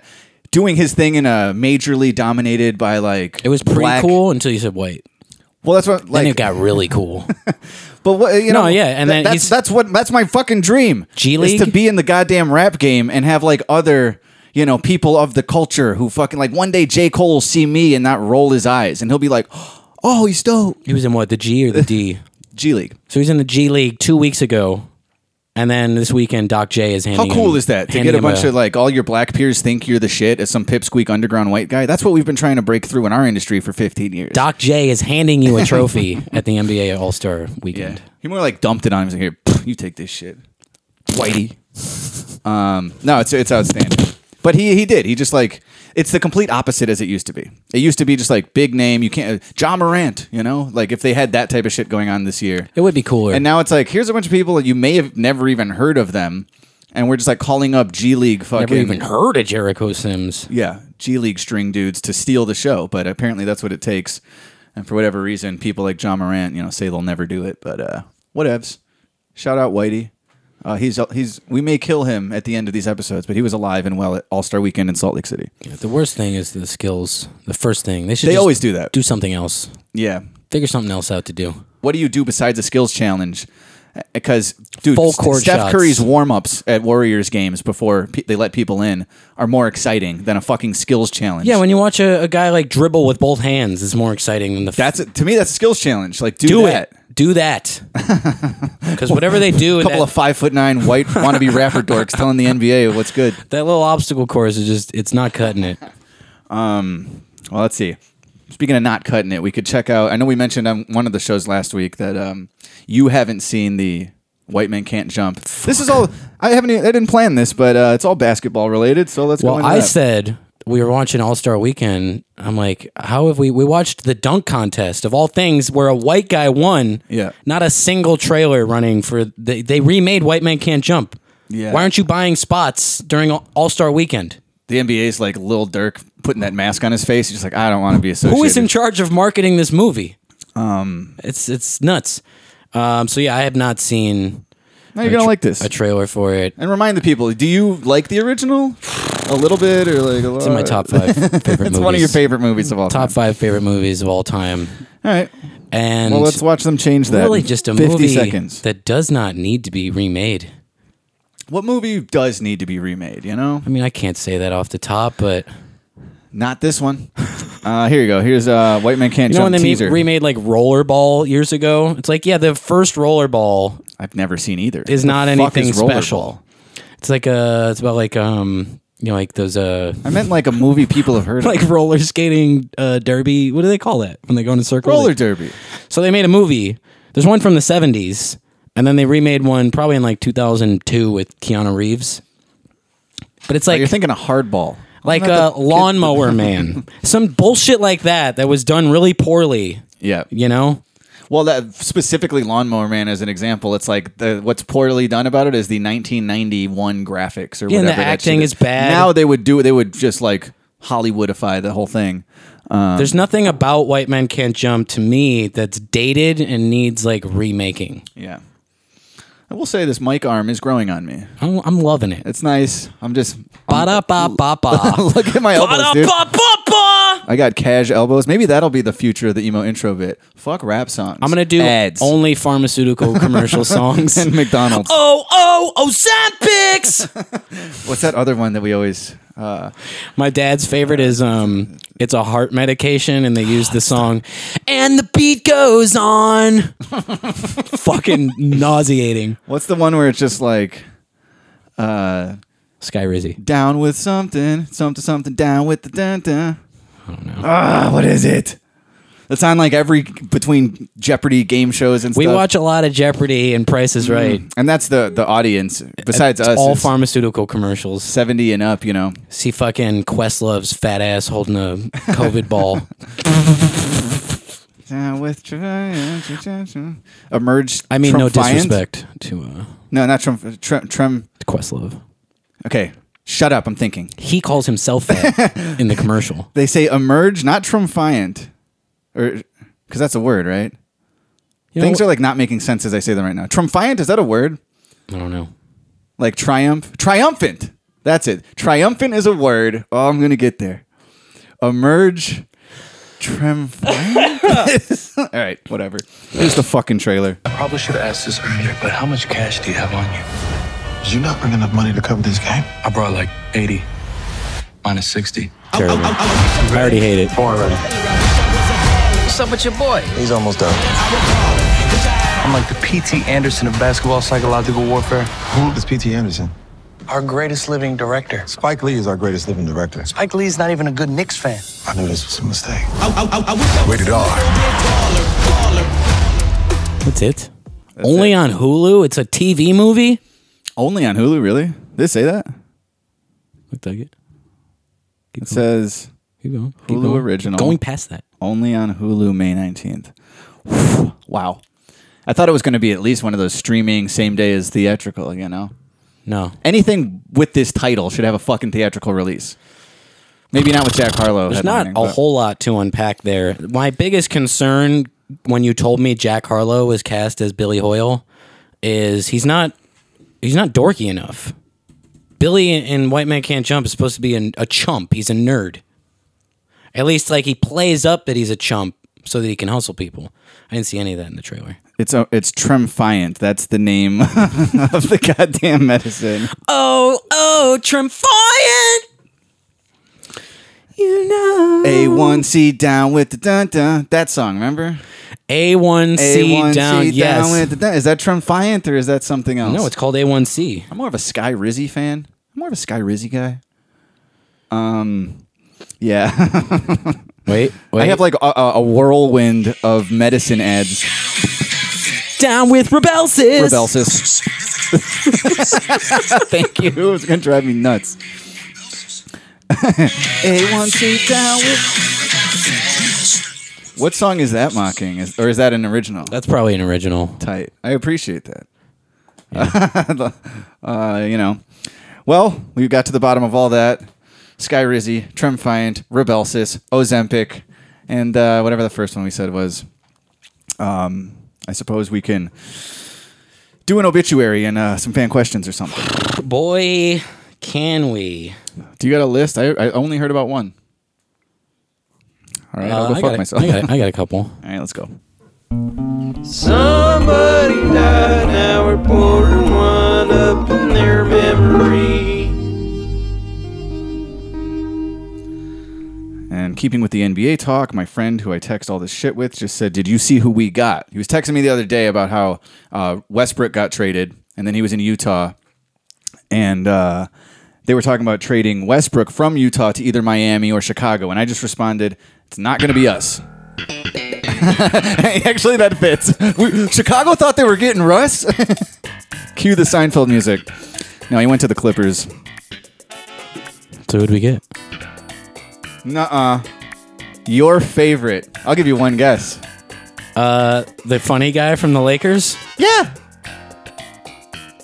S4: doing his thing in a majorly dominated by like
S3: it was pretty
S4: black-
S3: cool until you said white.
S4: Well, that's what
S3: Then
S4: like
S3: it got really cool.
S4: But what you
S3: No,
S4: know?
S3: yeah, and then
S4: that's
S3: he's-
S4: that's what that's my fucking dream.
S3: G
S4: is
S3: League?
S4: to be in the goddamn rap game and have like other you know people of the culture who fucking like one day J Cole will see me and not roll his eyes and he'll be like, oh, he's dope.
S3: he was in what, the G or the D?
S4: G League.
S3: So he's in the G League two weeks ago, and then this weekend Doc J is
S4: How
S3: handing.
S4: cool
S3: him-
S4: is that to
S3: handing
S4: get a
S3: him
S4: bunch of like all your black peers think you're the shit as some pipsqueak underground white guy? That's what we've been trying to break through in our industry for 15 years.
S3: Doc J is handing you a trophy at the NBA All Star weekend.
S4: Yeah. He more like dumped it on him. He's like, here, pff, you take this shit, Whitey. Um, no, it's it's outstanding. But he he did. He just like it's the complete opposite as it used to be. It used to be just like big name. You can't John Morant. You know, like if they had that type of shit going on this year,
S3: It would be cooler.
S4: and now it's like here's a bunch of people that you may have never even heard of them, and we're just like calling up G League fucking
S3: never even heard of Jericho Sims.
S4: yeah, G League string dudes to steal the show, but apparently that's what it takes. And for whatever reason, people like John Morant, you know, say they'll never do it, but uh, whatevs. Shout out Whitey. Uh, he's he's we may kill him at the end of these episodes, but he was alive and well at All Star Weekend in Salt Lake City.
S3: The worst thing is the skills. The first thing they should
S4: They
S3: just
S4: always do that.
S3: Do something else.
S4: Yeah.
S3: Figure something else out to do.
S4: What do you do besides a skills challenge? Because dude,
S3: Full
S4: St-
S3: court
S4: Steph
S3: shots.
S4: Curry's warm ups at Warriors games before pe- they let people in are more exciting than a fucking skills challenge.
S3: Yeah, when you watch a, a guy like dribble with both hands, it's more exciting than the.
S4: that's it. to me that's a skills challenge. Like do,
S3: do
S4: that.
S3: it. Do that. Because whatever they do,
S4: a couple
S3: that,
S4: of five foot nine white wannabe rapper dorks telling the NBA what's good.
S3: that little obstacle course is just—it's not cutting it.
S4: Well, let's see. Speaking of not cutting it, we could check out. I know we mentioned on one of the shows last week that um, you haven't seen the White Men Can't Jump. e, This is all. I haven't. even- I didn't plan this, but uh, it's all basketball related. So let's go.
S3: Well,
S4: into
S3: I
S4: that.
S3: said we were watching All Star Weekend. I'm like, how have we? We watched the dunk contest of all things, where a white guy won.
S4: Yeah.
S3: Not a single trailer running for. They, they remade White Man Can't Jump.
S4: Yeah.
S3: Why aren't you buying spots during All Star Weekend?
S4: The NBA's like Lil Durk putting that mask on his face. He's just like, I don't want to be associated.
S3: Who is in charge of marketing this movie? Um, it's it's nuts. Um, so yeah, I have not seen
S4: No, you're gonna like this.
S3: a trailer for it.
S4: and remind the people: Do you like the original? A little bit, or like a lot?
S3: It's in my top five favorite movies.
S4: It's one of your favorite movies of all
S3: top
S4: time.
S3: five favorite movies of all time.
S4: All right.
S3: And
S4: Well, let's watch them change that.
S3: really
S4: in
S3: just a
S4: 50
S3: movie
S4: seconds.
S3: that does not need to be remade.
S4: what movie does need to be remade? You know,
S3: I mean, I can't say that off the top, but
S4: not this one. Uh, here you go. Here's uh, White Man Can't
S3: you know when
S4: Jump
S3: they me-
S4: teaser.
S3: remade like Rollerball years ago, it's like yeah, the first Rollerball
S4: I've never seen either.
S3: is
S4: The
S3: not
S4: fuck
S3: anything
S4: is Rollerball?
S3: special. It's like uh it's about like um, you know, like those uh,
S4: I meant like a movie people have heard
S3: like
S4: of.
S3: roller skating uh derby. What do they call that when they go in a circle?
S4: Roller
S3: They-
S4: Derby.
S3: So they made a movie. There's one from the 70s, and then they remade one probably in like 2002 with Keanu Reeves. But it's like
S4: Oh, You're thinking a hardball.
S3: like
S4: Isn't that
S3: a
S4: the kid-
S3: lawnmower man, some bullshit like that that was done really poorly.
S4: Yeah.
S3: You know,
S4: Well, that specifically Lawnmower Man as an example. It's like the, what's poorly done about it is the 1991 graphics or
S3: Yeah, and
S4: whatever.
S3: the
S4: that shit
S3: acting is bad.
S4: Now they would do it. They would just like Hollywoodify the whole thing.
S3: there's
S4: Um.
S3: nothing about White Men Can't Jump to me that's dated and needs like remaking.
S4: Yeah. I will say this mic arm is growing on me.
S3: I'm, I'm loving it.
S4: It's nice. I'm just
S3: Ba da ba ba ba.
S4: look at my Um, elbows,
S3: Ba da
S4: dude.
S3: ba ba ba.
S4: I got cash elbows. Maybe that'll be the future of the emo intro bit. Fuck rap songs.
S3: I'm gonna do
S4: ads
S3: only pharmaceutical commercial songs.
S4: and McDonald's.
S3: oh oh Ozempics.
S4: What's that other one that we always? uh,
S3: My dad's favorite is um it's a heart medication and they use the song and the beat goes on. Fucking nauseating.
S4: What's the one where it's just like
S3: Sky Rizzy.
S4: down with something, something, something, down with the dun dun. Ah, what is it? It's on like every between Jeopardy game shows and
S3: We
S4: stuff. Mm.
S3: watch a lot of Jeopardy and Price is Right.
S4: and that's the the audience. Besides
S3: It's
S4: us,
S3: all
S4: it's
S3: pharmaceutical commercials.
S4: seventy and up. You know,
S3: See fucking Questlove's fat ass holding a COVID ball.
S4: down with Trump. emerge.
S3: I mean, no
S4: Trumpians?
S3: disrespect to uh,
S4: No, not Trump. Trump. Trump.
S3: to Questlove.
S4: Okay, shut up. I'm thinking.
S3: He calls himself fat in the commercial.
S4: They say emerge, not Trumpiant, or because that's a word, right?
S3: You know
S4: Things
S3: what-
S4: are like not making sense as I say them right now. Trumpiant is that a word?
S3: I don't know.
S4: like triumph triumphant that's it triumphant is a word oh i'm gonna get there emerge triumphant all right whatever here's the fucking trailer
S1: Probably should have asked this earlier, but how much cash do you have on you? Did you not bring enough money to cover this game? I brought like 80 minus 60.
S3: Terrible. I already hate it.
S1: What's up with your boy? He's almost done. I'm like the P.T. Anderson of basketball psychological warfare.
S6: Who is P.T. Anderson?
S1: Our greatest living director.
S6: Spike Lee is our greatest living director.
S1: Spike Lee's not even a good Knicks fan.
S6: I knew this was a mistake. Rated R.
S3: That's it. Only on Hulu. It's a TV movie.
S4: only on hulu really they say that
S3: Looked like it.
S4: it says
S3: Keep going. Keep
S4: Hulu
S3: going.
S4: original.
S3: Going past that.
S4: only on hulu may 19th wow i thought it was gonna be at least one of those streaming same day as theatrical you know
S3: No.
S4: anything with this title should have a fucking theatrical release maybe not with jack harlow
S3: There's not
S4: headlining,
S3: a
S4: but-
S3: whole lot to unpack there. My biggest concern when you told me Jack Harlow was cast as Billy Hoyle is he's not he's not dorky enough. Billy in White Man Can't Jump is supposed to be an, a chump. He's a nerd. At least like he plays up that he's a chump so that he can hustle people. I didn't see any of that in the trailer.
S4: It's a, it's Tremfiant. That's the name of the goddamn medicine.
S3: Oh, oh, Tremfiant. You know.
S4: A1C down with the dun dun. That song, remember?
S3: A1C
S4: A1C
S3: down, yes.
S4: with the dun. Is that Tremfiant or is that something else?
S3: no, it's called A1C.
S4: I'm more of a Sky Rizzy fan. I'm more of a Sky Rizzy guy. Um, yeah.
S3: Wait, wait.
S4: I have like a, a a whirlwind of medicine ads.
S3: down with Rebelsis.
S4: Rebelsis. Thank you. It was gonna drive me nuts. A one two down with. What song is that mocking? Is, or is that an original?
S3: That's probably an original.
S4: tight. I appreciate that. uh, you know, well, we got to the bottom of all that. Sky Rizzy, Tremfiant, Rebelsis, Ozempic, and uh, whatever the first one we said was. Um, I suppose we can do an obituary and uh, some fan questions or something.
S3: Boy, can we.
S4: Do you got a list? I, I only heard about one. All right,
S3: Uh,
S4: I'll go
S3: I
S4: fuck
S3: got a-
S4: myself.
S3: I got, a- I got a couple.
S4: All right, let's go. And keeping with the NBA talk, my friend who I text all this shit with just said, Did you see who we got? He was texting me the other day about how uh, Westbrook got traded, and then he was in Utah, and uh, they were talking about trading Westbrook from Utah to either Miami or Chicago. And I just responded, It's not going to be us. Actually, that fits. We, Chicago thought they were getting Russ. Cue the Seinfeld music. No, he went to the Clippers.
S3: So, who'd we get?
S4: Nuh-uh. Your favorite. I'll give you one guess.
S3: The funny guy from the Lakers?
S4: Yeah.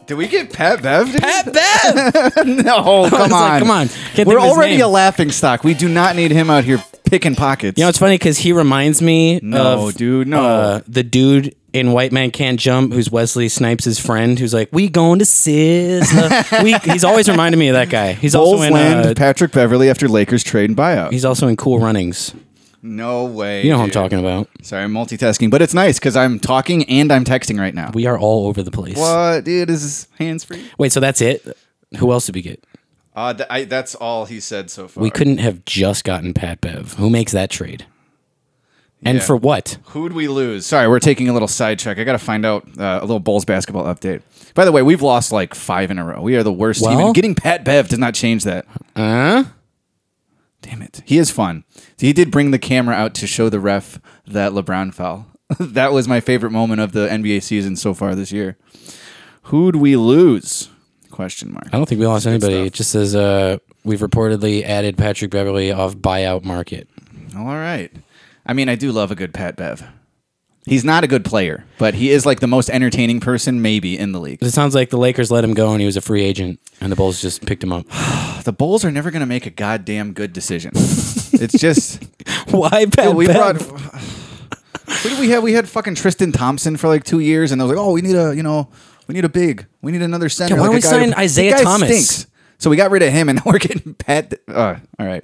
S4: Did we get Pat Bev? dude?
S3: Pat Bev!
S4: no, come on.
S3: like, come on. Can't think
S4: We're
S3: of his
S4: already
S3: name.
S4: a laughing stock. We do not need him out here picking pockets.
S3: You know, it's funny because he reminds me
S4: No,
S3: of
S4: dude, no.
S3: uh, the dude in White Man Can't Jump who's Wesley Snipes' friend who's like, we going to Sizzla. we, he's always reminded me of that guy. He's
S4: Bulls
S3: also in
S4: land
S3: uh,
S4: Patrick Beverly after Lakers trade and buyout.
S3: he's also in Cool Runnings.
S4: no way.
S3: You know who I'm
S4: dude.
S3: talking about.
S4: Sorry, I'm multitasking, but it's nice because I'm talking and I'm texting right now.
S3: We are all over the place.
S4: what, dude? Is this hands free?
S3: Wait, so that's it? Who else did we get?
S4: Uh, th- I, that's all he said so far.
S3: We couldn't have just gotten Pat Bev. Who makes that trade? And
S4: Yeah.
S3: for what?
S4: Who'd we lose? Sorry, we're taking a little side check. I got to find out uh, a little Bulls basketball update. By the way, we've lost like five in a row. We are the worst team.
S3: Well-
S4: And getting Pat Bev does not change that.
S3: Huh?
S4: Damn it. He is fun. He did bring the camera out to show the ref that LeBron fell. that was my favorite moment of the NBA season so far this year. Who'd we lose? Question mark.
S3: I don't think we lost anybody. It just says uh, we've reportedly added Patrick Beverly off buyout market.
S4: All right. I mean, I do love a good Pat Bev. He's not a good player, but he is like the most entertaining person maybe in the league.
S3: It sounds like the Lakers let him go and he was a free agent, and the Bulls just picked him up.
S4: the Bulls are never going to make a goddamn good decision. it's just
S3: Why, Pat?
S4: we brought. What did we have? We had fucking Tristan Thompson for like two years, and they was like, oh, we need a you know, we need a big, we need another center.
S3: Yeah, why
S4: like
S3: don't
S4: a
S3: we
S4: guy
S3: sign
S4: who-
S3: Isaiah
S4: that guy
S3: Thomas?
S4: Stinks. So we got rid of him, and now we're getting Pat. Uh, all right.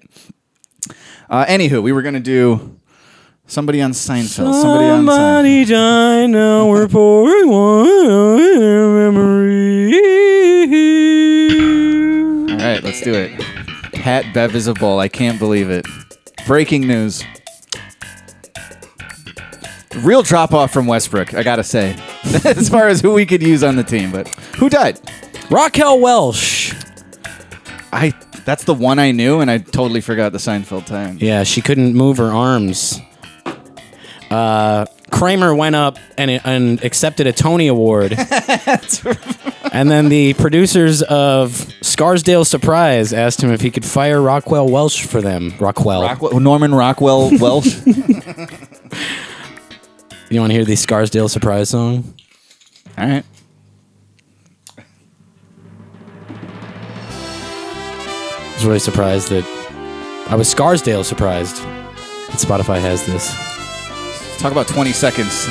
S4: Uh, anywho, we were gonna do somebody on Seinfeld. Somebody, on Seinfeld.
S3: die now. We're pouring wine in their memory.
S4: All right, let's do it. Pat Bev is a bull. I can't believe it. Breaking news. Real drop off from Westbrook, I gotta say, as far as who we could use on the team. But who died?
S3: Raquel Welsh.
S4: I. That's the one I knew, and I totally forgot the Seinfeld time.
S3: Yeah, she couldn't move her arms. Uh, Kramer went up and, and accepted a Tony Award. and then the producers of Scarsdale Surprise asked him if he could fire Rockwell Welsh for them. Rockwell.
S4: Rockwell, Norman Rockwell Welsh.
S3: you want to hear the Scarsdale Surprise song?
S4: All right.
S3: I was really surprised that. I was Scarsdale surprised that Spotify has this.
S4: Talk about 20 seconds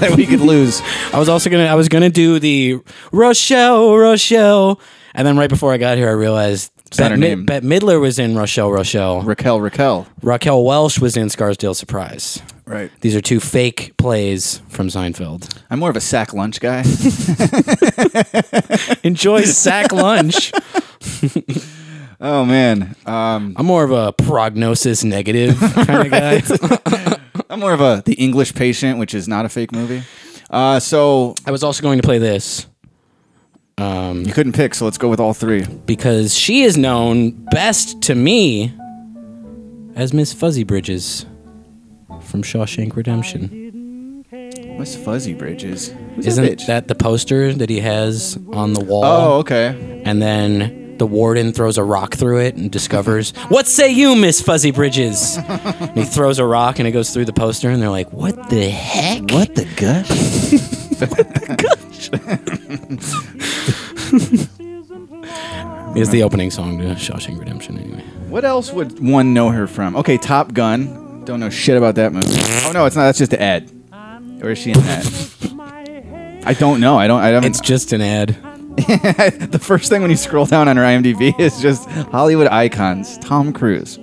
S4: that we could lose.
S3: I was also gonna I was gonna do the Rochelle Rochelle, and then right before I got here, I realized
S4: not
S3: Bette,
S4: her
S3: Mi-
S4: name.
S3: Bette Midler was in Rochelle Rochelle.
S4: Raquel, Raquel.
S3: Raquel Welsh was in Scarsdale Surprise.
S4: Right.
S3: These are two fake plays from Seinfeld.
S4: I'm more of a sack lunch guy.
S3: Enjoy sack lunch.
S4: oh man,
S3: I'm more of a prognosis negative kind of guy.
S4: I'm more of a The English Patient, which is not a fake movie. Uh, so
S3: I was also going to play this
S4: You couldn't pick, so let's go with all three.
S3: because she is known best to me as Miss Fuzzy Bridges from Shawshank Redemption.
S4: What's Fuzzy Bridges?
S3: Isn't that the poster that he has on the wall?
S4: Oh, okay.
S3: And then The warden throws a rock through it and discovers, What say you, Miss Fuzzy Bridges? and he throws a rock and it goes through the poster, and they're like, What the heck?
S10: What the gush?
S3: Is the opening song to Shawshank Redemption, anyway.
S4: What else would one know her from? Okay, Top Gun. Don't know shit about that movie. Oh no, it's not. That's just an ad. Or is she in that? I don't know. I don't. I don't.
S3: It's just an ad.
S4: the first thing when you scroll down on her IMDb is just Hollywood icons. Tom Cruise.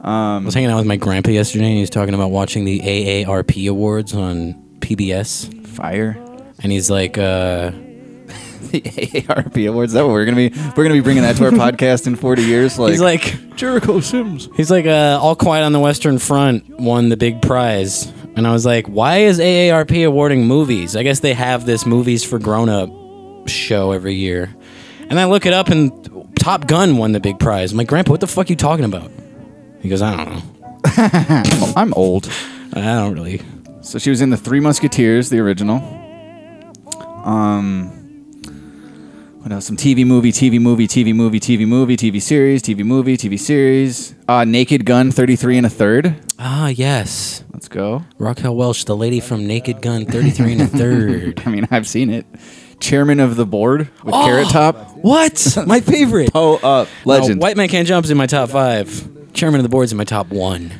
S3: I was hanging out with my grandpa yesterday, and he was talking about watching the AARP awards on PBS,
S4: Fire.
S3: and he's like, uh,
S4: The AARP awards. Is that what we're gonna be? We're gonna be bringing that to our podcast in 40 years. Like,
S3: he's like,
S4: Jericho Sims.
S3: he's like, uh, All Quiet on the Western Front won the big prize, and I was like, why is AARP awarding movies? I guess they have this movies for grown up show every year, and I look it up, and Top Gun won the big prize. I'm like, Grandpa, what the fuck are you talking about? He goes, I don't know.
S4: I'm old.
S3: I don't really.
S4: So she was in the Three Musketeers, the original. Um, what else? Some TV movie, TV movie, TV movie, TV movie, TV series, TV movie, TV series. Uh, Naked Gun, thirty-three and a third.
S3: Ah, yes.
S4: Let's go.
S3: Raquel Welch, the lady from Naked Gun, 33 and a third.
S4: I mean, I've seen it. Chairman of the board with Carrot Top.
S3: what? My favorite.
S4: Oh, up legend.
S3: No, White Man Can't Jump's in my top five. Chairman of the Board's in my top one.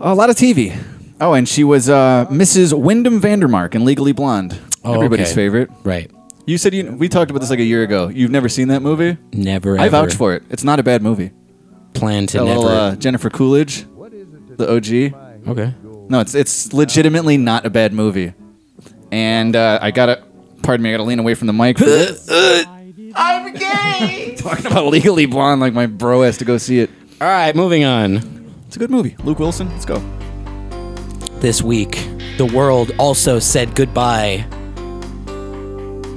S4: a lot of TV. Oh, and she was uh, Mrs. Wyndham Vandermark in Legally Blonde.
S3: Oh,
S4: Everybody's
S3: okay.
S4: favorite.
S3: Right.
S4: You said you, we talked about this like a year ago. You've never seen that movie?
S3: Never.
S4: I
S3: ever
S4: vouch for it. It's not a bad movie.
S3: Plan to
S4: a
S3: never.
S4: little uh, Jennifer Coolidge, the OG.
S3: okay.
S4: No, it's it's legitimately not a bad movie. And uh, I gotta, pardon me, I gotta lean away from the mic. For this. I'm gay. Talking about Legally Blonde, like my bro has to go see it.
S3: All right, moving on.
S4: It's a good movie. Luke Wilson, let's go.
S3: This week, the world also said goodbye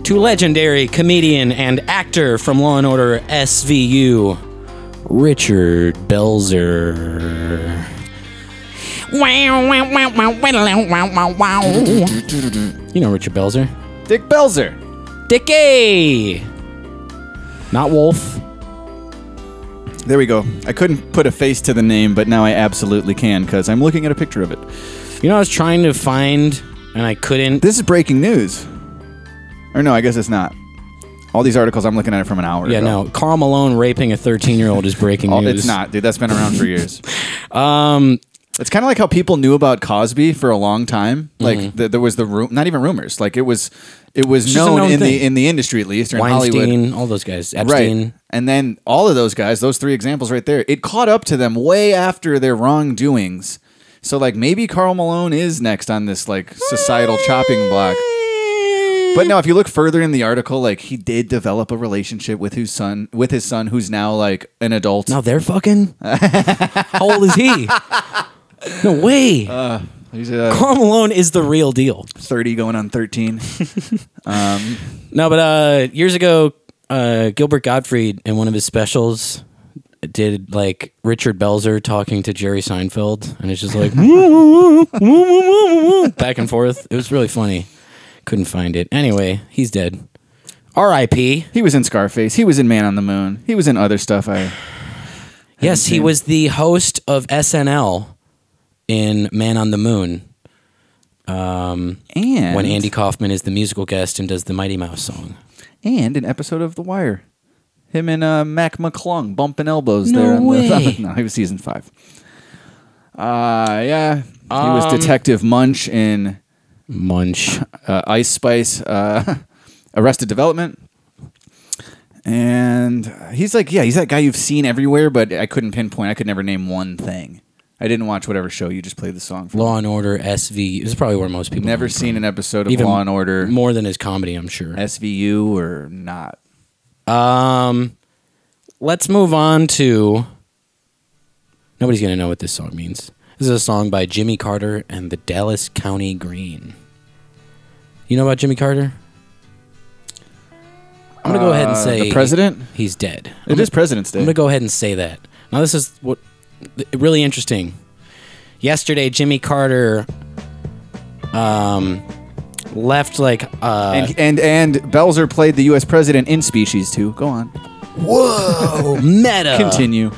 S3: to legendary comedian and actor from Law and Order SVU, Richard Belzer. Wow, wow, wow, wow, wow, wow, wow, wow. You know Richard Belzer.
S4: Dick Belzer.
S3: Dickie! Not Wolf.
S4: There we go. I couldn't put a face to the name, but now I absolutely can because I'm looking at a picture of it.
S3: You know, I was trying to find and I couldn't.
S4: This is breaking news. Or no, I guess it's not. All these articles I'm looking at it from an hour
S3: Yeah,
S4: ago.
S3: no. Carl Malone raping a 13 year old is breaking
S4: Oh,
S3: news.
S4: it's not, dude. That's been around for years.
S3: Um,
S4: It's kind of like how people knew about Cosby for a long time. Like th- there was the room, not even rumors. Like it was, it was
S3: Mm-hmm. just a
S4: known,
S3: known
S4: in
S3: thing.
S4: the in the industry at least, or in Hollywood,
S3: Weinstein, all those guys. Epstein.
S4: right? And then all of those guys, those three examples right there, it caught up to them way after their wrongdoings. So like maybe Carl Malone is next on this like societal chopping block. But no, if you look further in the article, like he did develop a relationship with his son, with his son, who's now like an adult.
S3: Now they're fucking. How old is he? No way.
S4: He's uh,
S3: Carl Malone is the real deal.
S4: thirty, going on thirteen.
S3: No, but uh, years ago, uh, Gilbert Gottfried in one of his specials did like Richard Belzer talking to Jerry Seinfeld, and it's just like back and forth. It was really funny. Couldn't find it. Anyway, he's dead. R.I.P.
S4: He was in Scarface. He was in Man on the Moon. He was in other stuff. I
S3: Yes, he was the host of SNL in Man on the Moon
S4: and
S3: when Andy Kaufman is the musical guest and does the Mighty Mouse song.
S4: and an episode of The Wire. Him and uh, Mac McClung bumping elbows
S3: No
S4: there. on the-
S3: way.
S4: no, he was season five. Uh, yeah, he was
S3: Um,
S4: Detective Munch in
S3: Munch.
S4: uh, Ice Spice, uh, Arrested Development. And he's like, yeah, he's that guy you've seen everywhere, but I couldn't pinpoint. I could never name one thing. I didn't watch whatever show you just played the song from.
S3: Law and Order SV. This is probably where most people know
S4: Never
S3: him
S4: seen an episode of
S3: Even
S4: Law and Order.
S3: from. more than his comedy, I'm sure.
S4: SVU or not.
S3: Um, let's move on to. Nobody's gonna know what this song means. This is a song by Jimmy Carter and the Dallas County Green. You know about Jimmy Carter? I'm gonna go ahead and
S4: Uh,
S3: say
S4: the president.
S3: He's dead. I'm
S4: It is President's Day.
S3: I'm gonna go ahead and say that. Now this is what th- really interesting. Yesterday, Jimmy Carter, um, left like uh,
S4: and, and and Belzer played the U.S. president in Species too. Go on.
S3: Whoa, meta.
S4: Continue.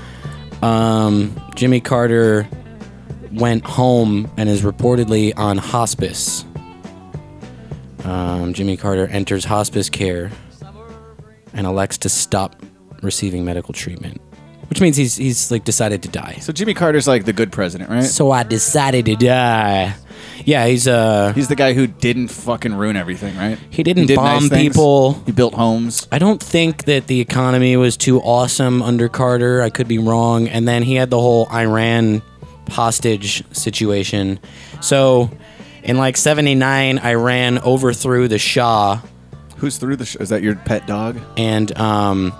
S3: Um, Jimmy Carter went home and is reportedly on hospice. Um, Jimmy Carter enters hospice care and elects to stop receiving medical treatment, which means he's he's like decided to die.
S4: So Jimmy Carter's like the good president, right?
S3: So I decided to die. Yeah, he's uh
S4: He's the guy who didn't fucking ruin everything, right?
S3: He didn't
S4: did
S3: bomb
S4: things.
S3: people.
S4: He built homes.
S3: I don't think that the economy was too awesome under Carter. I could be wrong. And then he had the whole Iran hostage situation. So in like 79, Iran overthrew the Shah
S4: Who's through the? Sh- is that your pet dog?
S3: and um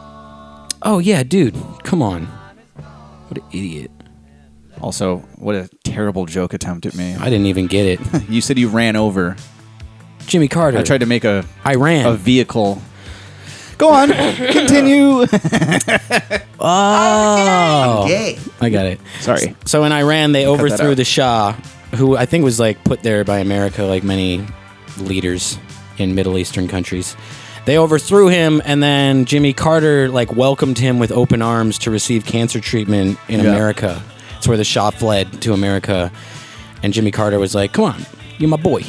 S3: Oh yeah, dude. Come on. What an idiot.
S4: Also, what a terrible joke attempt at me.
S3: I didn't even get it.
S4: you said you ran over.
S3: Jimmy Carter.
S4: I tried to make a
S3: Iran.
S4: a vehicle. Go on, continue.
S3: oh. I got it.
S4: Sorry.
S3: So in Iran, they
S4: that
S3: overthrew
S4: out.
S3: the Shah, who I think was like put there by America, like many leaders in Middle Eastern countries. They overthrew him, and then Jimmy Carter like welcomed him with open arms to receive cancer treatment in
S4: Yeah.
S3: America. It's where the Shah fled to America, and Jimmy Carter was like, "Come on, you're my boy."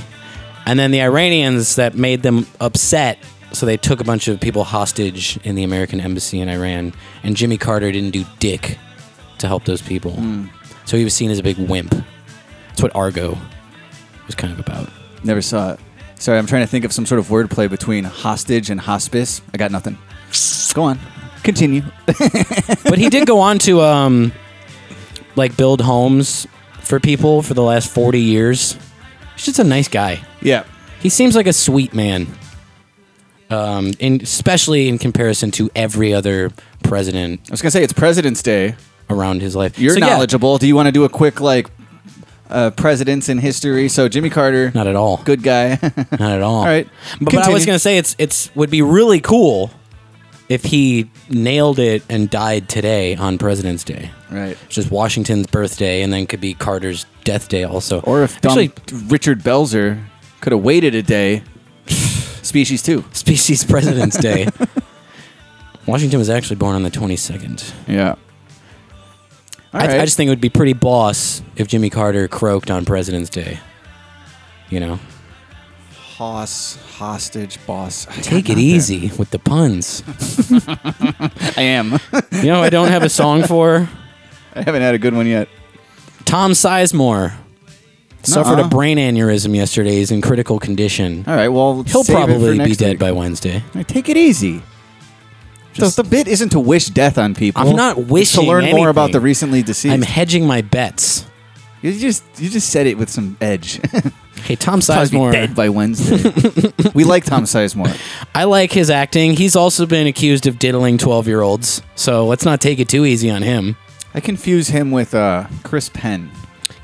S3: And then the Iranians that made them upset, so they took a bunch of people hostage in the American embassy in Iran, and Jimmy Carter didn't do dick to help those people. So he was seen as a big wimp. That's what Argo was kind of about.
S4: Never saw it. Sorry, I'm trying to think of some sort of wordplay between hostage and hospice. I got nothing. Go on, continue.
S3: But he did go on to um, like build homes for people for the last 40 years. He's just a nice guy.
S4: yeah,
S3: He seems like a sweet man. Um, in, especially in comparison to every other president
S4: I was gonna say it's President's Day.
S3: around his life.
S4: You're
S3: So, yeah,
S4: knowledgeable. Do you want to do a quick like uh, presidents in history? So Jimmy Carter,
S3: Not at all.
S4: good guy.
S3: Not at all.
S4: All right.
S3: But, but I was
S4: Continue.
S3: gonna say it's it's would be really cool if he nailed it and died today on President's Day.
S4: right.
S3: Which is Washington's birthday and then could be Carter's death day also.
S4: Or if dumb
S3: Actually
S4: Richard Belzer could have waited a day, species two.
S3: Species President's Day. Washington was actually born on the twenty second.
S4: Yeah. All
S3: I,
S4: right.
S3: I just think it would be pretty boss if Jimmy Carter croaked on President's Day. You know?
S4: Hoss, hostage, boss. I got
S3: Take it
S4: nothing.
S3: easy with the puns.
S4: I am.
S3: You know, who I don't have a song for
S4: I haven't had a good one yet.
S3: Tom Sizemore suffered a brain aneurysm yesterday. He's in critical condition.
S4: All right. Well,
S3: He'll
S4: save it for
S3: probably be
S4: next
S3: dead
S4: week.
S3: by Wednesday.
S4: All right, Take it easy.
S3: Just-
S4: so the bit isn't to wish death on people.
S3: I'm not
S4: It's
S3: wishing
S4: to learn more about
S3: anything.
S4: the recently deceased.
S3: I'm hedging my bets.
S4: you just you just said it with some edge.
S3: Hey, Tom
S4: Probably be dead
S3: Sizemore.
S4: by Wednesday. we like Tom Sizemore.
S3: I like his acting. He's also been accused of diddling 12 year olds. So let's not take it too easy on him
S4: I confuse him with uh, Chris Penn.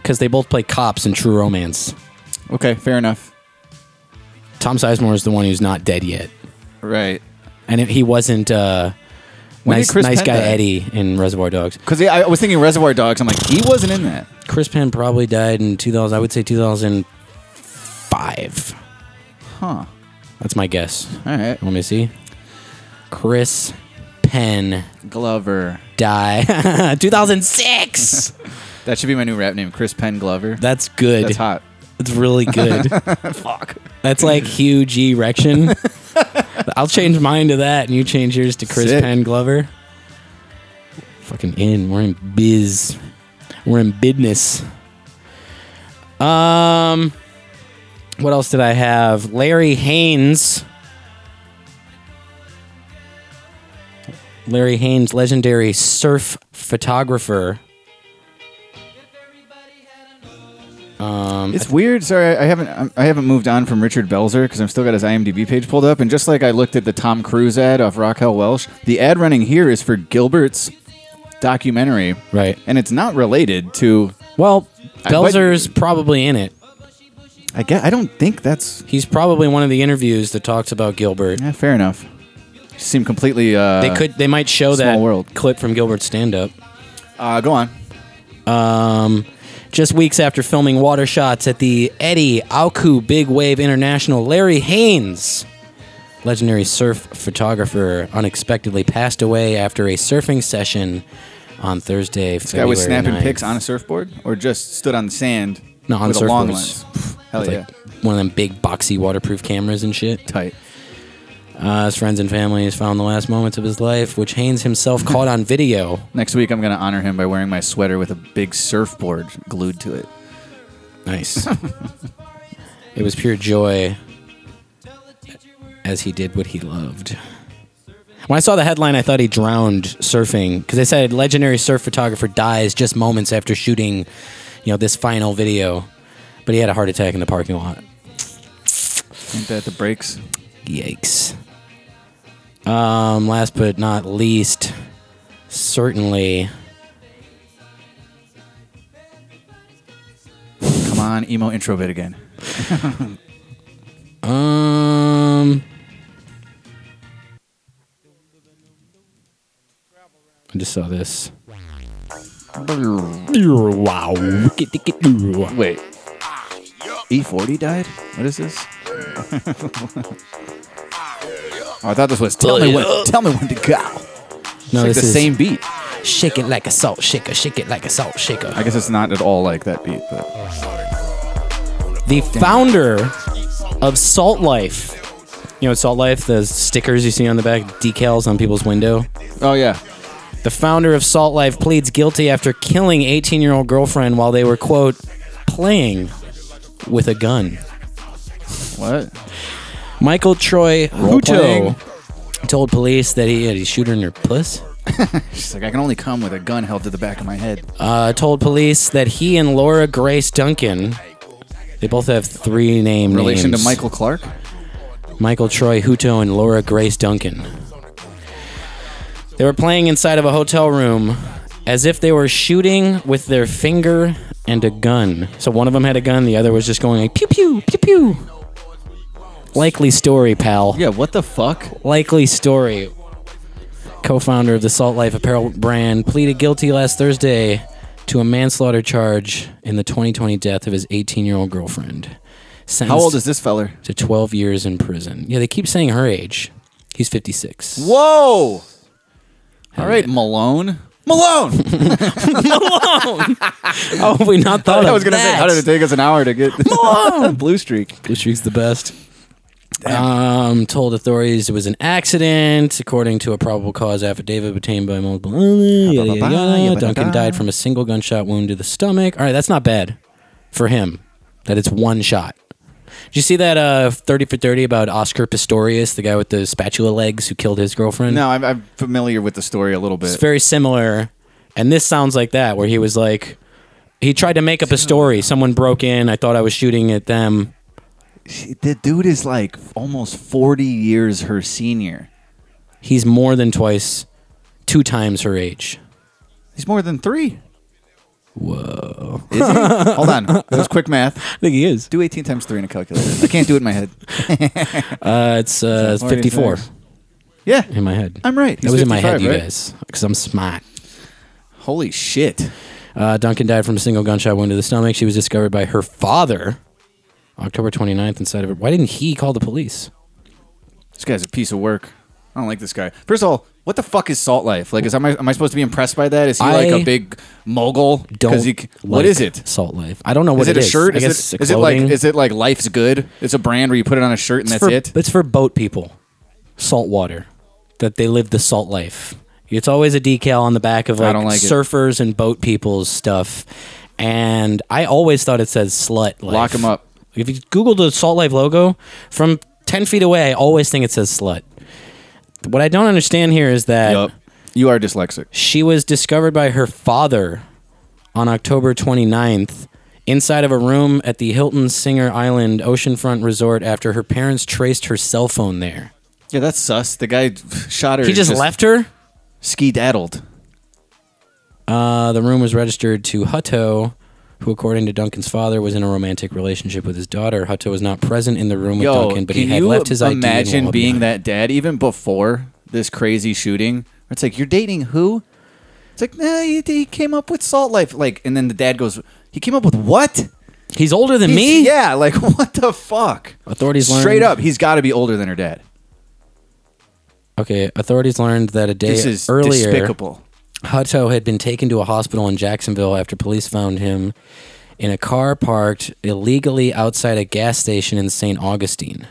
S3: because they both play cops in True Romance.
S4: Okay, fair enough.
S3: Tom Sizemore is the one who's not dead yet.
S4: Right.
S3: And he wasn't uh,
S4: When did
S3: nice,
S4: Chris
S3: nice
S4: Penn
S3: guy
S4: die?
S3: Eddie in Reservoir Dogs.
S4: Because I was thinking Reservoir Dogs. I'm like, he wasn't in that.
S3: Chris Penn probably died in 2000, I would say 2005.
S4: Huh.
S3: That's my guess.
S4: All right.
S3: Let me see. Chris Penn
S4: Glover.
S3: die 2006.
S4: That should be my new rap name, Chris Penn Glover.
S3: That's good.
S4: That's hot.
S3: It's really good. Fuck. That's like huge erection. I'll change mine to that, and you change yours to Chris
S4: Sick.
S3: Penn Glover. Fucking in. We're in biz. We're in business. Um, what else did I have? Larry Haynes. Larry Haynes, legendary surf photographer.
S4: It's weird. Sorry, I haven't I'm- I haven't moved on from Richard Belzer because I've still got his IMDb page pulled up. And just like I looked at the Tom Cruise ad off Raquel Welsh, the ad running here is for Gilbert's documentary,
S3: Right.
S4: and it's not related to.
S3: Well,
S4: I- but-
S3: Belzer's probably in it.
S4: I guess I don't think that's
S3: He's probably one of the interviews that talks about Gilbert.
S4: yeah, fair enough. You seem completely. Uh,
S3: They could, they might show
S4: Small
S3: that
S4: world.
S3: clip from Gilbert's stand-up.
S4: uh, go on.
S3: Just weeks after filming water shots at the Eddie Auku Big Wave International, Larry Haynes legendary surf photographer, unexpectedly passed away after a surfing session on Thursday.
S4: Guy was
S3: February
S4: snapping
S3: 9th.
S4: pics on a surfboard, or just stood on sand.
S3: No, on
S4: with a long
S3: surfboards.
S4: lens. Pff, Hell
S3: with,
S4: yeah,
S3: like one of them big boxy waterproof cameras and shit.
S4: tight.
S3: Uh, his friends and family has found the last moments of his life, which Haynes himself caught on video.
S4: Next week, I'm gonna honor him by wearing my sweater with a big surfboard glued to it.
S3: Nice. it was pure joy as he did what he loved. When I saw the headline, I thought he drowned surfing because they said legendary surf photographer dies just moments after shooting, you know, this final video. But he had a heart attack in the parking lot.
S4: Ain't that the brakes?
S3: Yikes. Um, last but not least, certainly
S4: Come on, emo intro bit again.
S3: Um, I just saw this. Wow.
S4: Wait. E40 E died? What is this? oh, I thought this was tell me when tell me when to go.
S3: No,
S4: it's like
S3: this
S4: the
S3: is
S4: same beat.
S3: Shake it like a salt shaker. Shake it like a salt shaker.
S4: I guess it's not at all like that beat, but
S3: the founder of Salt Life. You know Salt Life, the stickers you see on the back, decals on people's window.
S4: Oh yeah.
S3: The founder of Salt Life pleads guilty after killing 18-year-old girlfriend while they were quote playing with a gun.
S4: What?
S3: Michael Troy
S4: playing.
S3: Huto told police that he had a shooter in her puss.
S4: She's like, I can only come with a gun held to the back of my head.
S3: Uh, told police that he and Laura Grace Duncan, they both have three name
S4: Relation
S3: names.
S4: to Michael Clark?
S3: Michael Troy Huto and Laura Grace Duncan. They were playing inside of a hotel room as if they were shooting with their finger and a gun. So one of them had a gun, the other was just going like pew pew pew pew. Likely story, pal.
S4: Yeah, what the fuck?
S3: likely story. Co-founder of the Salt Life apparel brand pleaded guilty last Thursday to a manslaughter charge in the 2020 death of his 18-year-old girlfriend. Sentenced
S4: How old is this feller?
S3: to 12 years in prison. Yeah, they keep saying her age. He's 56.
S4: Whoa! All right, Malone. Malone!
S3: Oh, we not thought
S4: I
S3: of
S4: was gonna say,
S3: that.
S4: how did it take us an hour to get Malone Blue Streak?
S3: This week's the best. Um, told authorities it was an accident, according to a probable cause affidavit obtained by multiple. Yada, yada, yada. Duncan died from a single gunshot wound to the stomach. All right, that's not bad for him. That it's one shot. Did you see that uh, thirty for thirty about Oscar Pistorius, the guy with the spatula legs who killed his girlfriend?
S4: No, I'm, I'm familiar with the story a little bit.
S3: It's very similar. And this sounds like that, where he was like, he tried to make up a story. Someone broke in. I thought I was shooting at them.
S4: the dude is like almost 40 years her senior.
S3: He's more than twice, two times her age.
S4: He's more than three. Whoa. Is he? Hold on. That was quick
S3: I
S4: math.
S3: think he is.
S4: Do 18 times three in a calculator. I can't do it in my head.
S3: Uh, it's uh, 54
S4: Yeah.
S3: in my head.
S4: I'm right.
S3: That
S4: He's
S3: was in my head,
S4: 55,
S3: you
S4: right?
S3: guys, because I'm smart.
S4: Holy shit.
S3: Uh, Duncan died from a single gunshot wound to the stomach. She was discovered by her father October 29th inside of her. Why didn't he call the police?
S4: This guy's a piece of work. I don't like this guy. First of all, what the fuck is Salt Life? Like, is am I, am I supposed to be impressed by that? Is he like
S3: I
S4: a big mogul? 'Cause
S3: Don't.
S4: he c- what is
S3: like
S4: it?
S3: Salt Life. I don't know what
S4: is it, a shirt?
S3: I
S4: Is
S3: guess
S4: it,
S3: it's
S4: is it like
S3: clothing.
S4: is it like Life's Good? It's a brand where you put it on a shirt and
S3: It's
S4: that's
S3: for,
S4: it.
S3: It's for boat people, salt water, that they live the salt life. It's always a decal on the back of
S4: I
S3: like,
S4: don't like it.
S3: surfers and boat people's stuff. And I always thought it says slut. Life.
S4: Lock 'em up.
S3: If you Google the Salt Life logo from 10 feet away, I always think it says slut. What I don't understand here is that
S4: Yup. You are dyslexic.
S3: she was discovered by her father on October 29th inside of a room at the Hilton Singer Island Oceanfront Resort after her parents traced her cell phone there.
S4: Yeah, that's sus. The guy shot her.
S3: He just, left her?
S4: Ski daddled.
S3: Uh, the room was registered to Hutto, who, according to Duncan's father, was in a romantic relationship with his daughter. Hutto was not present in the room with
S4: Yo,
S3: Duncan, but he
S4: can
S3: had
S4: you
S3: left his ID. and
S4: imagine
S3: wallet
S4: being
S3: behind.
S4: that dad even before this crazy shooting? It's like you're dating who? It's like nah, he, he came up with Salt Life. Like, and then the dad goes, he came up with what?
S3: He's older than
S4: He's-
S3: me?
S4: Yeah, like what the fuck?
S3: Authorities learned-
S4: Straight up, he's got to be older than her dad.
S3: Okay, authorities learned that a day
S4: This is
S3: earlier,
S4: despicable.
S3: Hutto had been taken to a hospital in Jacksonville after police found him in a car parked illegally outside a gas station in St. Augustine.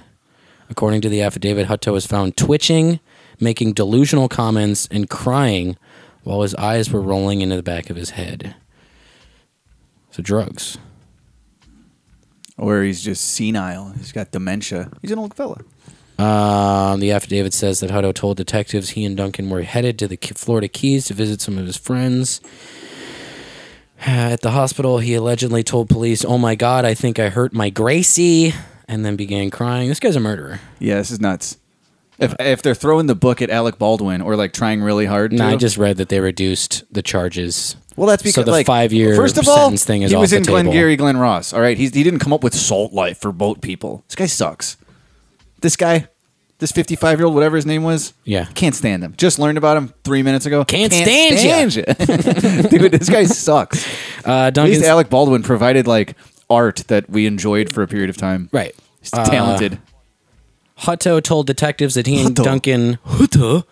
S3: According to the affidavit, Hutto was found twitching, making delusional comments, and crying while his eyes were rolling into the back of his head. So, drugs.
S4: Or he's just senile. He's got dementia. He's an old fella.
S3: Um, the affidavit says that Hutto told detectives he and Duncan were headed to the K- Florida Keys to visit some of his friends. At the hospital, he allegedly told police, Oh my God, I think I hurt my Gracie, and then began crying. This guy's a murderer.
S4: Yeah, this is nuts. If if they're throwing the book at Alec Baldwin or like trying really hard,
S3: No,
S4: to,
S3: I just read that they reduced the charges.
S4: well, that's because
S3: so the
S4: like,
S3: five year
S4: First of all,
S3: sentence thing is
S4: he
S3: off
S4: was
S3: the
S4: in
S3: table.
S4: Glengarry Glen Ross. All right, he's, he didn't come up with salt life for boat people. This guy sucks. This guy, this fifty five year old, whatever his name was,
S3: Yeah.
S4: can't stand him. Just learned about him three minutes ago.
S3: Can't stand
S4: stand ya. dude. This guy sucks.
S3: Uh,
S4: At least
S3: Duncan's,
S4: Alec Baldwin provided like art that we enjoyed for a period of time.
S3: right.
S4: he's talented.
S3: Hutto told detectives that he and
S4: Hutto.
S3: Duncan Hutto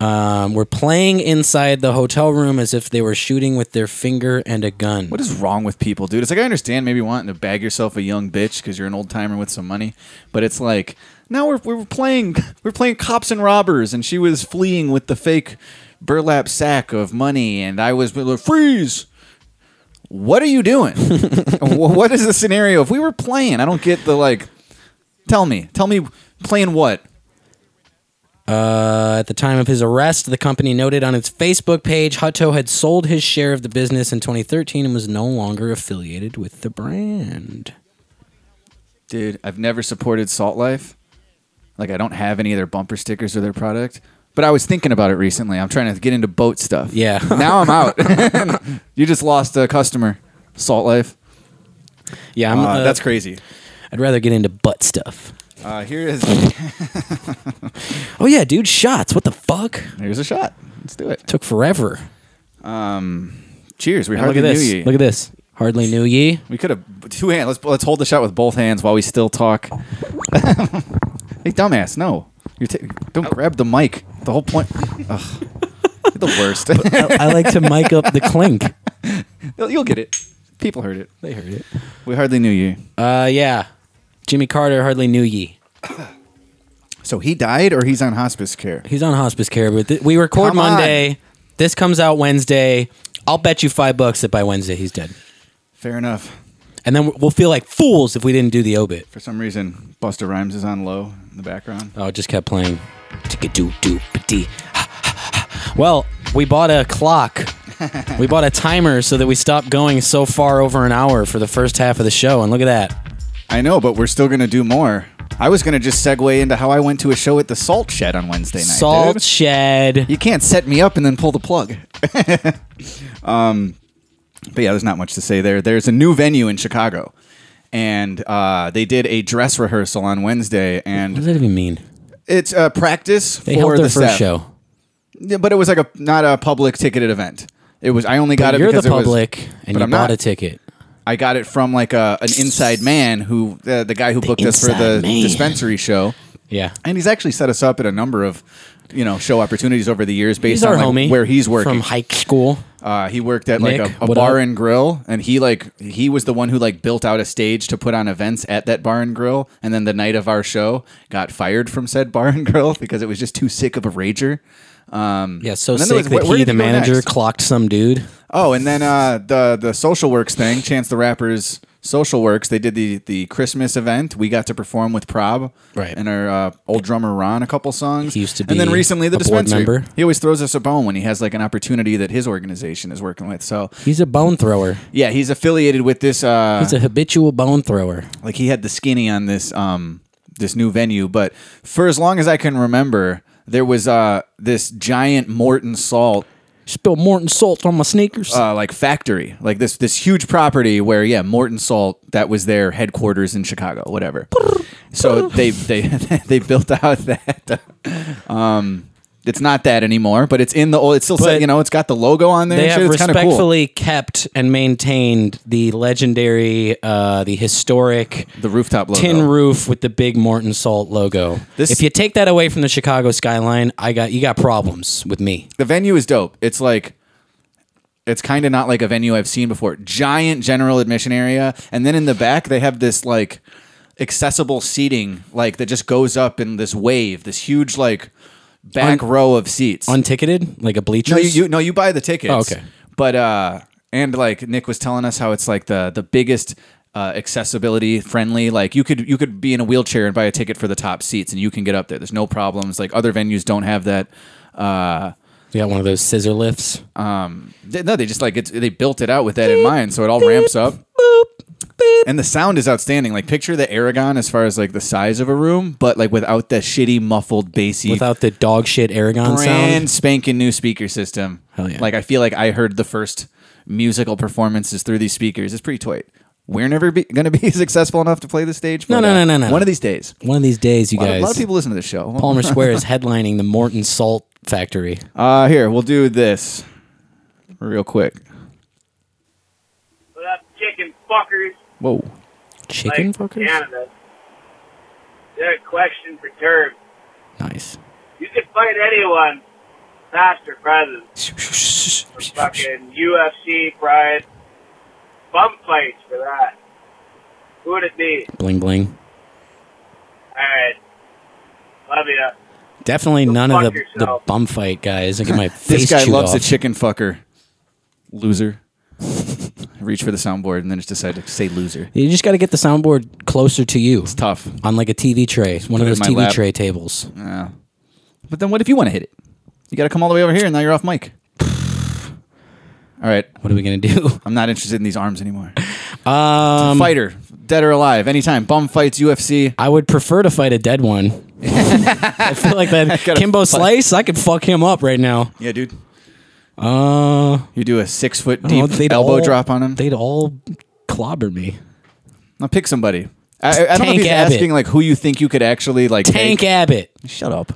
S3: um, were playing inside the hotel room as if they were shooting with their finger and a gun.
S4: What is wrong with people, dude? It's like I understand maybe wanting to bag yourself a young bitch because you're an old timer with some money, but it's like now we're we're playing we're playing cops and robbers, and she was fleeing with the fake burlap sack of money, and I was like, freeze. What are you doing? Wh- what is the scenario? If we were playing, I don't get the like. Tell me, tell me, playing what?
S3: Uh, At the time of his arrest, the company noted on its Facebook page Hutto had sold his share of the business in 2013 and was no longer affiliated with the brand.
S4: Dude, I've never supported Salt Life. Like, I don't have any of their bumper stickers or their product. But I was thinking about it recently. I'm trying to get into boat stuff.
S3: Yeah.
S4: now I'm out. you just lost a customer, Salt Life.
S3: Yeah, I'm, uh,
S4: that's crazy.
S3: I'd rather get into butt stuff.
S4: Uh, here is
S3: Oh yeah, dude, shots. What the fuck?
S4: here's a shot. Let's do it.
S3: Took forever.
S4: Cheers. We
S3: And look
S4: hardly
S3: at this.
S4: knew you.
S3: Look at this. Hardly knew ye.
S4: we could have two hands. Let's let's hold the shot with both hands while we still talk. hey, dumbass! No, you ta-
S3: Oh.
S4: don't grab the mic. The whole point. Ugh. You're the worst.
S3: I like to mic up the clink.
S4: You'll you'll get it. People heard it.
S3: They heard it.
S4: We hardly knew you.
S3: Uh, yeah. Jimmy Carter hardly knew ye.
S4: So he died, or he's on hospice care.
S3: He's on hospice care, but th- we record
S4: Come on.
S3: Monday. This comes out Wednesday. I'll bet you five bucks that by Wednesday he's dead.
S4: Fair enough.
S3: And then we'll feel like fools if we didn't do the obit.
S4: For some reason, Buster Rhymes is on low in the background.
S3: Oh, it just kept playing. doo doo Well, we bought a clock. we bought a timer so that we stopped going so far over an hour for the first half of the show. And look at that.
S4: I know, but we're still gonna do more. I was gonna just segue into how I went to a show at the Salt Shed on Wednesday night.
S3: Salt
S4: dude.
S3: shed.
S4: You can't set me up and then pull the plug. um, but yeah, there's not much to say there. There's a new venue in Chicago, and uh, they did a dress rehearsal on Wednesday,
S3: What does
S4: and
S3: that even mean?
S4: it's a practice
S3: They
S4: for
S3: held
S4: the
S3: their first
S4: staff.
S3: show.
S4: Yeah, but it was like a not a public ticketed event. It was I only got it
S3: You're
S4: because
S3: the
S4: it was-
S3: public, and
S4: but
S3: you
S4: I'm
S3: bought
S4: not.
S3: a ticket.
S4: I got it from like a, an inside man who uh, the guy who booked us for the
S3: inside man.
S4: dispensary show,
S3: Yeah.
S4: and he's actually set us up at a number of you know show opportunities over the years based
S3: He's our
S4: on like,
S3: homie.
S4: where he's working.
S3: From hike school.
S4: uh, he worked at like
S3: Nick,
S4: a, a
S3: what
S4: bar
S3: up?
S4: and grill, and he like he was the one who like built out a stage to put on events at that bar and grill. And then the night of our show, got fired from said bar and grill because it was just too sick of a rager. Um,
S3: Yeah, so
S4: and then
S3: sick
S4: there was-
S3: that
S4: where- where
S3: he,
S4: did
S3: the
S4: you go
S3: manager,
S4: next?
S3: clocked some dude.
S4: Oh, and then uh, the the social works thing, Chance the Rapper's social works. They did the the Christmas event. We got to perform with Prob,
S3: Right.
S4: And our uh, old drummer Ron a couple songs.
S3: He used to
S4: and then
S3: be
S4: recently the
S3: a board
S4: dispensary.
S3: member.
S4: He always throws us a bone when he has like an opportunity that his organization is working with. So
S3: He's a bone thrower.
S4: yeah, he's affiliated with this. Uh,
S3: He's a habitual bone thrower.
S4: like he had the skinny on this um this new venue but for as long as i can remember there was uh this giant morton salt
S3: Spill Morton salt on my sneakers.
S4: uh, like factory like this this huge property where yeah morton salt that was their headquarters in chicago whatever so they they they built out that um It's not that anymore, but it's in the old. It's still
S3: But
S4: said, you know, it's got the logo on there.
S3: They
S4: and
S3: have
S4: shit. It's kinda cool.
S3: respectfully kept and maintained the legendary, uh, the historic
S4: the rooftop logo.
S3: tin roof with the big Morton Salt logo.
S4: This-
S3: if you take that away from the Chicago skyline, I got you got problems with me.
S4: the venue is dope. It's like it's kind of not like a venue I've seen before. Giant general admission area, and then in the back they have this like accessible seating, like that just goes up in this wave, this huge like back
S3: Un-
S4: row of seats.
S3: Unticketed, like a bleachers.
S4: no, you, you no you buy the tickets.
S3: Oh, okay.
S4: but uh, and like Nick was telling us how it's like the the biggest. Uh, accessibility friendly like you could you could be in a wheelchair and buy a ticket for the top seats and you can get up there there's no problems like other venues don't have that uh
S3: You got one of those scissor lifts.
S4: They- no, they just like it's they built it out with that in mind, so it all ramps up. And the sound is outstanding. Like picture the Aragon as far as like the size of a room, but like without that shitty muffled bassy
S3: Without the dog shit Aragon
S4: brand
S3: sound.
S4: spanking new speaker system.
S3: Hell yeah.
S4: Like I feel like I heard the first musical performances through these speakers. It's pretty tight. We're never be, gonna be successful enough to play the stage.
S3: No,
S4: but,
S3: no,
S4: uh,
S3: no, no, no.
S4: One of these days.
S3: One of these days, you
S4: A lot, of-
S3: guys.
S4: a lot of people listen to this show.
S3: Palmer Square is headlining the Morton Salt Factory.
S4: Uh, here we'll do this real quick.
S2: What up, chicken fuckers?
S4: Whoa.
S3: Chicken
S2: Like
S3: fuckers.
S2: Canada. They're a question for Turb.
S3: Nice.
S2: You could fight anyone, past or present. For fucking UFC pride. Bum fights for that. Who would it be?
S3: Bling bling.
S2: Alright. Love ya.
S3: Definitely
S2: Go
S3: none of
S2: fuck
S3: the, the
S2: yourself.
S3: bum fight guys. I get my face
S4: This guy
S3: chewed
S4: loves
S3: off.
S4: a chicken fucker. Loser. I reach for the soundboard and then just decide to say loser.
S3: You just got to get the soundboard closer to you
S4: Tough.
S3: on like a TV tray, one
S4: put
S3: of
S4: it
S3: those
S4: in my
S3: TV
S4: lap.
S3: tray tables.
S4: But then what if you want to hit it? You got to come all the way over here and now you're off mic. All right.
S3: What are we gonna do?
S4: I'm not interested in these arms anymore.
S3: Um,
S4: Fighter, dead or alive, anytime. Bum fights, UFC.
S3: I would prefer to fight a dead one. I feel like that
S4: gotta
S3: Kimbo
S4: fuck-
S3: Slice. I could fuck him up right now.
S4: Yeah, dude.
S3: Uh,
S4: You do a six foot
S3: I don't know,
S4: deep elbow
S3: all-
S4: drop on him.
S3: They'd all clobber me.
S4: Now pick somebody. I, I don't know if
S3: Tank
S4: he's
S3: Abbott.
S4: asking like who you think you could actually like
S3: Tank
S4: take.
S3: Abbott.
S4: Shut up.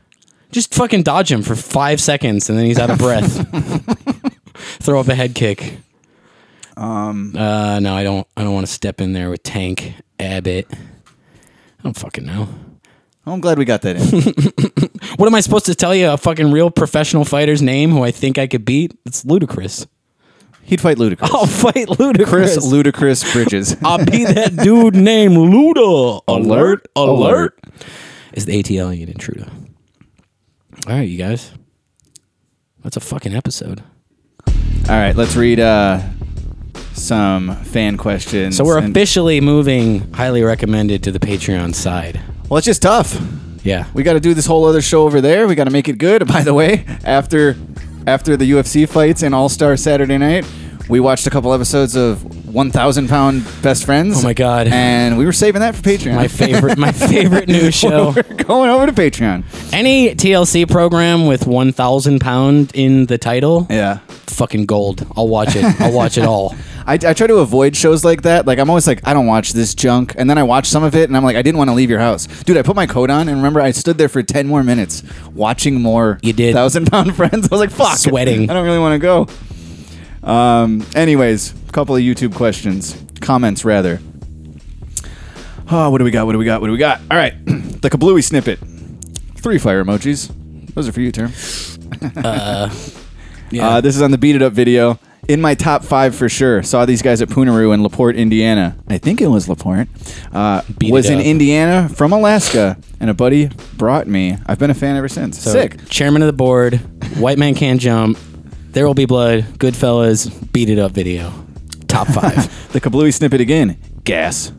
S3: Just fucking dodge him for five seconds, and then he's out of breath. Throw up a head kick. Um. Uh. No, I don't. I don't want to step in there with Tank Abbott. I don't fucking know.
S4: Oh, I'm glad we got that in.
S3: What am I supposed to tell you? A fucking real professional fighter's name who I think I could beat? It's ludicrous.
S4: He'd fight Ludacris.
S3: I'll fight
S4: Chris
S3: ludicrous.
S4: Ludacris Bridges.
S3: I'll be that dude named Luda. Alert!
S4: Alert.
S3: Alert! Is the ATL and intruder? All right, you guys. That's a fucking episode.
S4: All right, let's read uh, some fan questions.
S3: So we're
S4: And-
S3: officially moving highly recommended to the Patreon side.
S4: Well, it's just tough.
S3: Yeah.
S4: We got to do this whole other show over there. We got to make it good. By the way, after after the UFC fights and All Star Saturday night, we watched a couple episodes of One Thousand Pound Best Friends.
S3: Oh my God.
S4: And we were saving that for Patreon.
S3: my favorite my favorite news show.
S4: we're going over to Patreon.
S3: Any TLC program with 1000 pound in the title?
S4: Yeah.
S3: fucking gold. I'll watch it. I'll watch it all.
S4: I, I try to avoid shows like that. Like I'm always like, I don't watch this junk, and then I watch some of it, and I'm like, I didn't want to leave your house, dude. I put my coat on, and remember, I stood there for ten more minutes watching more.
S3: You did.
S4: thousand pound friends. I was like, fuck,
S3: Sweating.
S4: I don't really want to go. Um. Anyways, couple of YouTube questions, comments rather. Oh, what do we got? What do we got? What do we got? All right, the kablooey snippet. Three fire emojis. Those are for you, term. Uh, this is on the Beat It Up video. In my top five for sure. Saw these guys at Punaroo in LaPorte, Indiana. I think it was LaPorte. Uh,
S3: Beat
S4: was
S3: it
S4: in
S3: up.
S4: Indiana from Alaska, and a buddy brought me. I've been a fan ever since. Sick.
S3: Chairman of the board. White man can't jump. There will be blood. Goodfellas. Beat it up video. Top five.
S4: The Kablooey snippet again. Gas.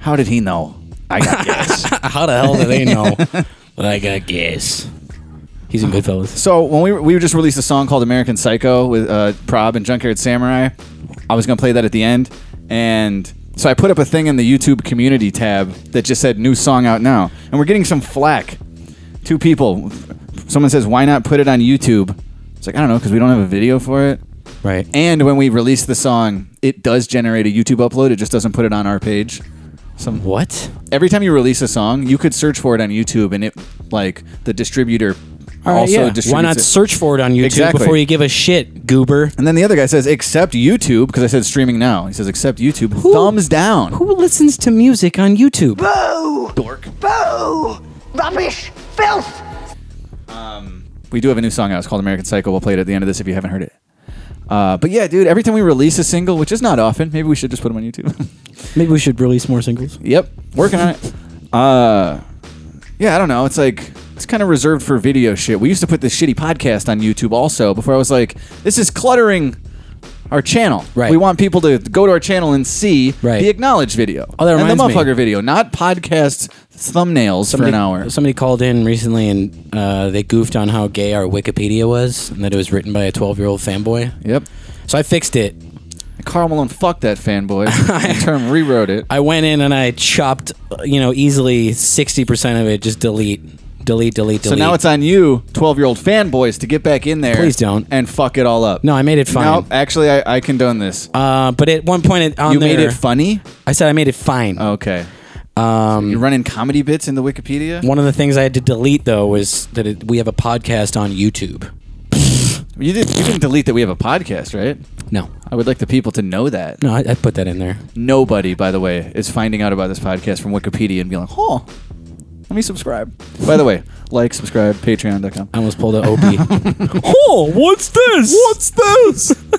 S4: How did he know? I got gas.
S3: How the hell do they know? like I guess. He's in Goodfellas.
S4: So when we we just released a song called American Psycho with uh, Prob and Junkyard Samurai, I was gonna play that at the end, and so I put up a thing in the YouTube community tab that just said new song out now, and we're getting some flack. Two people, someone says why not put it on YouTube? It's like I don't know because we don't have a video for it.
S3: Right.
S4: And when we release the song, it does generate a YouTube upload. It just doesn't put it on our page. Some
S3: What?
S4: every time you release a song, you could search for it on YouTube, and it like the distributor
S3: All right,
S4: also
S3: Uh, yeah.
S4: distributes
S3: Why not
S4: it.
S3: search for it on YouTube
S4: Exactly.
S3: before you give a shit, goober?
S4: And then the other guy says, except YouTube, because I said streaming now. He says, except YouTube. Thumbs down.
S3: Who listens to music on YouTube?
S10: Boo! Dork. Boo! Rubbish! Filth!
S4: We do have a new song out. It's called American Psycho. We'll play it at the end of this if you haven't heard it. Uh, but yeah, dude, every time we release a single, which is not often, maybe we should just put them on YouTube.
S3: Maybe we should release more singles.
S4: yep, working on it. Uh, yeah, I don't know. It's like it's kind of reserved for video shit. We used to put this shitty podcast on YouTube also. Before I was like, this is cluttering our channel.
S3: Right.
S4: We want people to go to our channel and see
S3: Right.
S4: the acknowledge video
S3: Oh, that
S4: and the
S3: reminds me.
S4: motherfucker video, not podcast thumbnails for an hour.
S3: Somebody called in recently and uh, they goofed on how gay our Wikipedia was and that it was written by a 12 year old fanboy.
S4: Yep.
S3: So I fixed it.
S4: Carl Malone fucked that fanboy. In term rewrote it.
S3: I went in and I chopped, uh, you know, easily 60% of it. Just delete, delete, delete, delete.
S4: So now it's on you, 12 year old fanboys, to get back in there.
S3: Please don't.
S4: And fuck it all up.
S3: No, I made it fine.
S4: Nope, actually, I, I condone this.
S3: Uh, but at one point it, on
S4: you made
S3: there-
S4: it Oh. funny?
S3: I said I made it fine.
S4: Okay. Um, you're running comedy bits in the Wikipedia?
S3: One of the things I had to delete though was that it, we have a podcast on YouTube.
S4: You, did, you didn't delete that we have a podcast, right?
S3: No,
S4: I would like the people to know that.
S3: no, I, I put that in there.
S4: Nobody, by the way, is finding out about this podcast from Wikipedia and being like, oh, let me subscribe. by the way, like, subscribe, patreon.com.
S3: I almost pulled a OB. oh, what's this? What's this?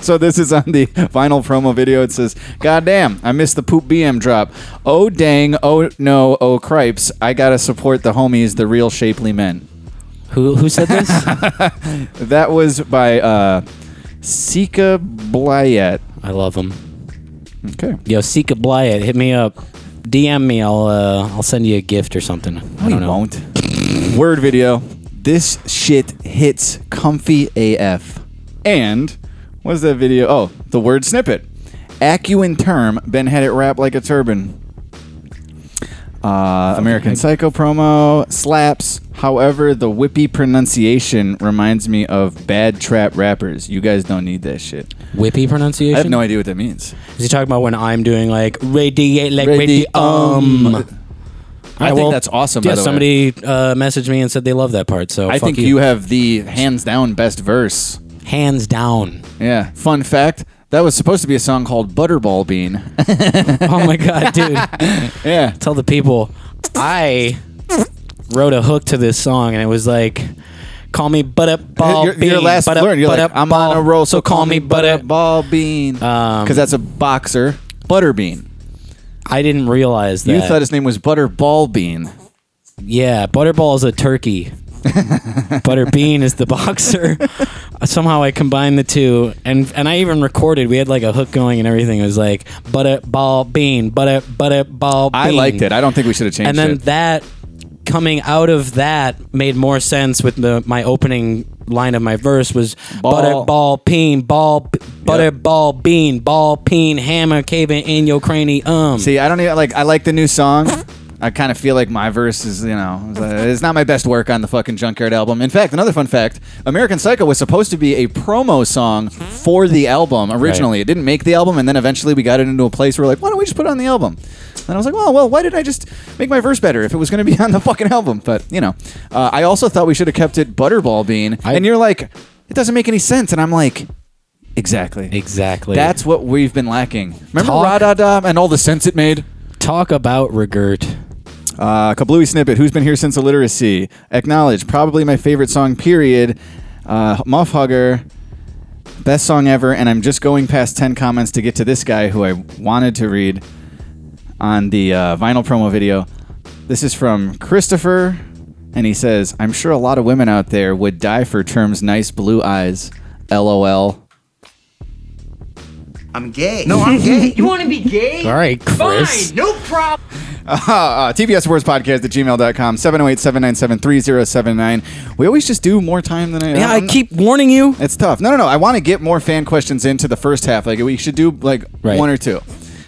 S4: So this is on the final promo video. It says, "God damn, I missed the poop BM drop. Oh dang, oh no, oh cripes! I gotta support the homies, the real shapely men."
S3: who who said this?
S4: That was by uh, Sika Blyat.
S3: I love him.
S4: Okay,
S3: Yo, Sika Blyett, hit me up. DM me. I'll uh, I'll send you a gift or something. I don't know.
S4: won't. Word video. This shit hits comfy AF. And what's that video? Oh, the word snippet. Acuin term. Ben had it wrapped like a turban. Uh, American Psycho promo slaps. However, the whippy pronunciation reminds me of bad trap rappers. You guys don't need that shit.
S3: Whippy pronunciation.
S4: I have no idea what that means.
S3: Is he talking about when I'm doing like radiate like radium? um.
S4: I think that's awesome, by
S3: Yeah,
S4: the way.
S3: somebody uh, messaged me and said they love that part. So
S4: I
S3: fuck
S4: think you have the hands down best verse.
S3: hands down.
S4: Yeah. Fun fact that was supposed to be a song called Butterball Bean.
S3: Oh my god, dude!
S4: yeah.
S3: Tell the people I wrote a hook to this song, and it was like, "Call me butt up ball
S4: your, your
S3: bean,
S4: last
S3: butt up,
S4: learn. You're
S3: butt
S4: like,
S3: up
S4: I'm
S3: ball,
S4: on a roll, so call me
S3: butt up."
S4: Butterball Bean.
S3: Um,
S4: Because that's a boxer, Butterbean.
S3: I didn't realize that.
S4: You thought his name was Butterball Bean.
S3: yeah, butterball is a turkey. Butterbean is the boxer. Somehow I combined the two, and and I even recorded. We had like a hook going and everything. It was like butter ball bean, butter butter ball. Bean.
S4: I liked it. I don't think we should have changed
S3: and then
S4: it.
S3: that coming out of that made more sense with the my opening line of my verse was
S4: Ball.
S3: butter ball peen ball b- butter ball bean ball peen hammer caving in your cranium.
S4: See, I don't even like. I like the new song. I kind of feel like my verse is, you know, it's, uh, it's not my best work on the fucking Junkyard album. In fact, another fun fact: American Psycho was supposed to be a promo song for the album originally. It didn't make the album, and then eventually we got it into a place where we're like, why don't we just put it on the album? And I was like, well, well, why did I just make my verse better if it was going to be on the fucking album? But you know, uh, I also thought we should have kept it Butterball Bean, and you're like, it doesn't make any sense, and I'm like, exactly.
S3: Exactly.
S4: That's what we've been lacking. Remember
S3: Talk.
S4: Ra Da Da and all the sense it made?
S3: talk about regret.
S4: Uh, Kablooey Snippet, Who's Been Here Since Illiteracy? Acknowledge, probably my favorite song, period. Uh, Muff Hugger, best song ever. And I'm just going past 10 comments to get to this guy who I wanted to read on the uh, vinyl promo video. This is from Christopher, and he says, I'm sure a lot of women out there would die for terms nice blue eyes. LOL.
S10: I'm gay. No, I'm gay.
S9: You want to be gay?
S3: All right, Chris.
S9: No problem.
S4: uh, TBS Awards Podcast at gmail.com, 708 797 3079. We always just do more time than I um,
S3: Yeah, I keep warning you.
S4: It's tough. No, no, no. I want to get more fan questions into the first half. Like we should do like
S3: Right.
S4: one or two,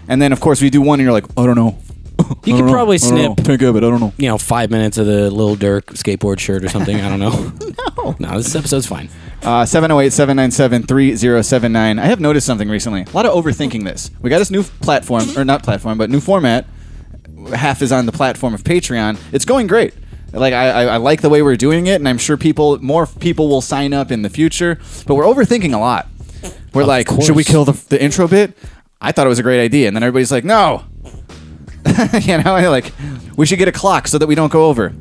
S4: and then of course we do one, and you're like, I don't know.
S3: You
S4: I
S3: could
S4: don't know.
S3: probably
S4: I don't know.
S3: snip,
S4: Can't give it. I don't know.
S3: you know, five minutes of the Lil Durk skateboard shirt or something. I don't know. no, no, this episode's fine.
S4: Uh, 708-797-3079. I have noticed something recently. A lot of overthinking this. We got this new platform, or not platform, but new format. Half is on the platform of Patreon. It's going great. Like I, I, I like the way we're doing it, and I'm sure people, more people, will sign up in the future. But we're overthinking a lot. We're like,
S11: course.
S4: should we kill the, the intro bit? I thought it was a great idea, and then everybody's like, no. you know, and like we should get a clock so that we don't go over.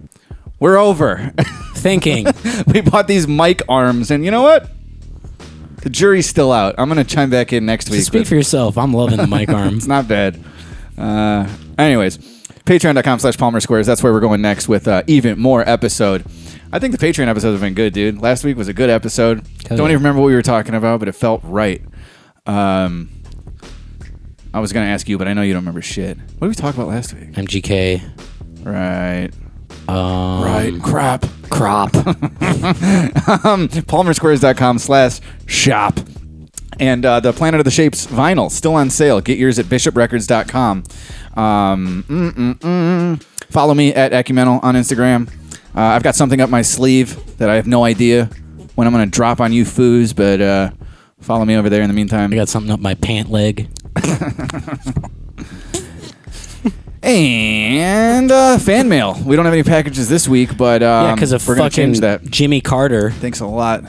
S4: We're over.
S11: Thinking.
S4: we bought these mic arms, and you know what? The jury's still out. I'm gonna chime back in next week.
S11: Speak
S4: with-
S11: for yourself. I'm loving the mic arm.
S4: it's not bad. Uh, anyways, patreon.com slash Palmer Squares. That's where we're going next with uh, even more episode. I think the Patreon episodes have been good, dude. Last week was a good episode.
S11: Hell
S4: Don't
S11: yeah.
S4: even remember what we were talking about, but it felt right. Um, I was going to ask you, but I know you don't remember shit. What did we talk about last week?
S11: MGK.
S4: Right.
S11: Um,
S4: Right. Crap.
S11: Crop.
S4: um, palmersquares.com slash shop and uh, the planet of the shapes vinyl still on sale get yours at bishoprecords.com um, mm, mm, mm. follow me at ecumenal on instagram uh, i've got something up my sleeve that i have no idea when i'm going to drop on you foos but uh, follow me over there in the meantime i
S11: got something up my pant leg
S4: and uh, fan mail we don't have any packages this week but um,
S11: yeah, because of
S4: we're going to
S11: fucking
S4: change that
S11: Jimmy Carter.
S4: thanks a lot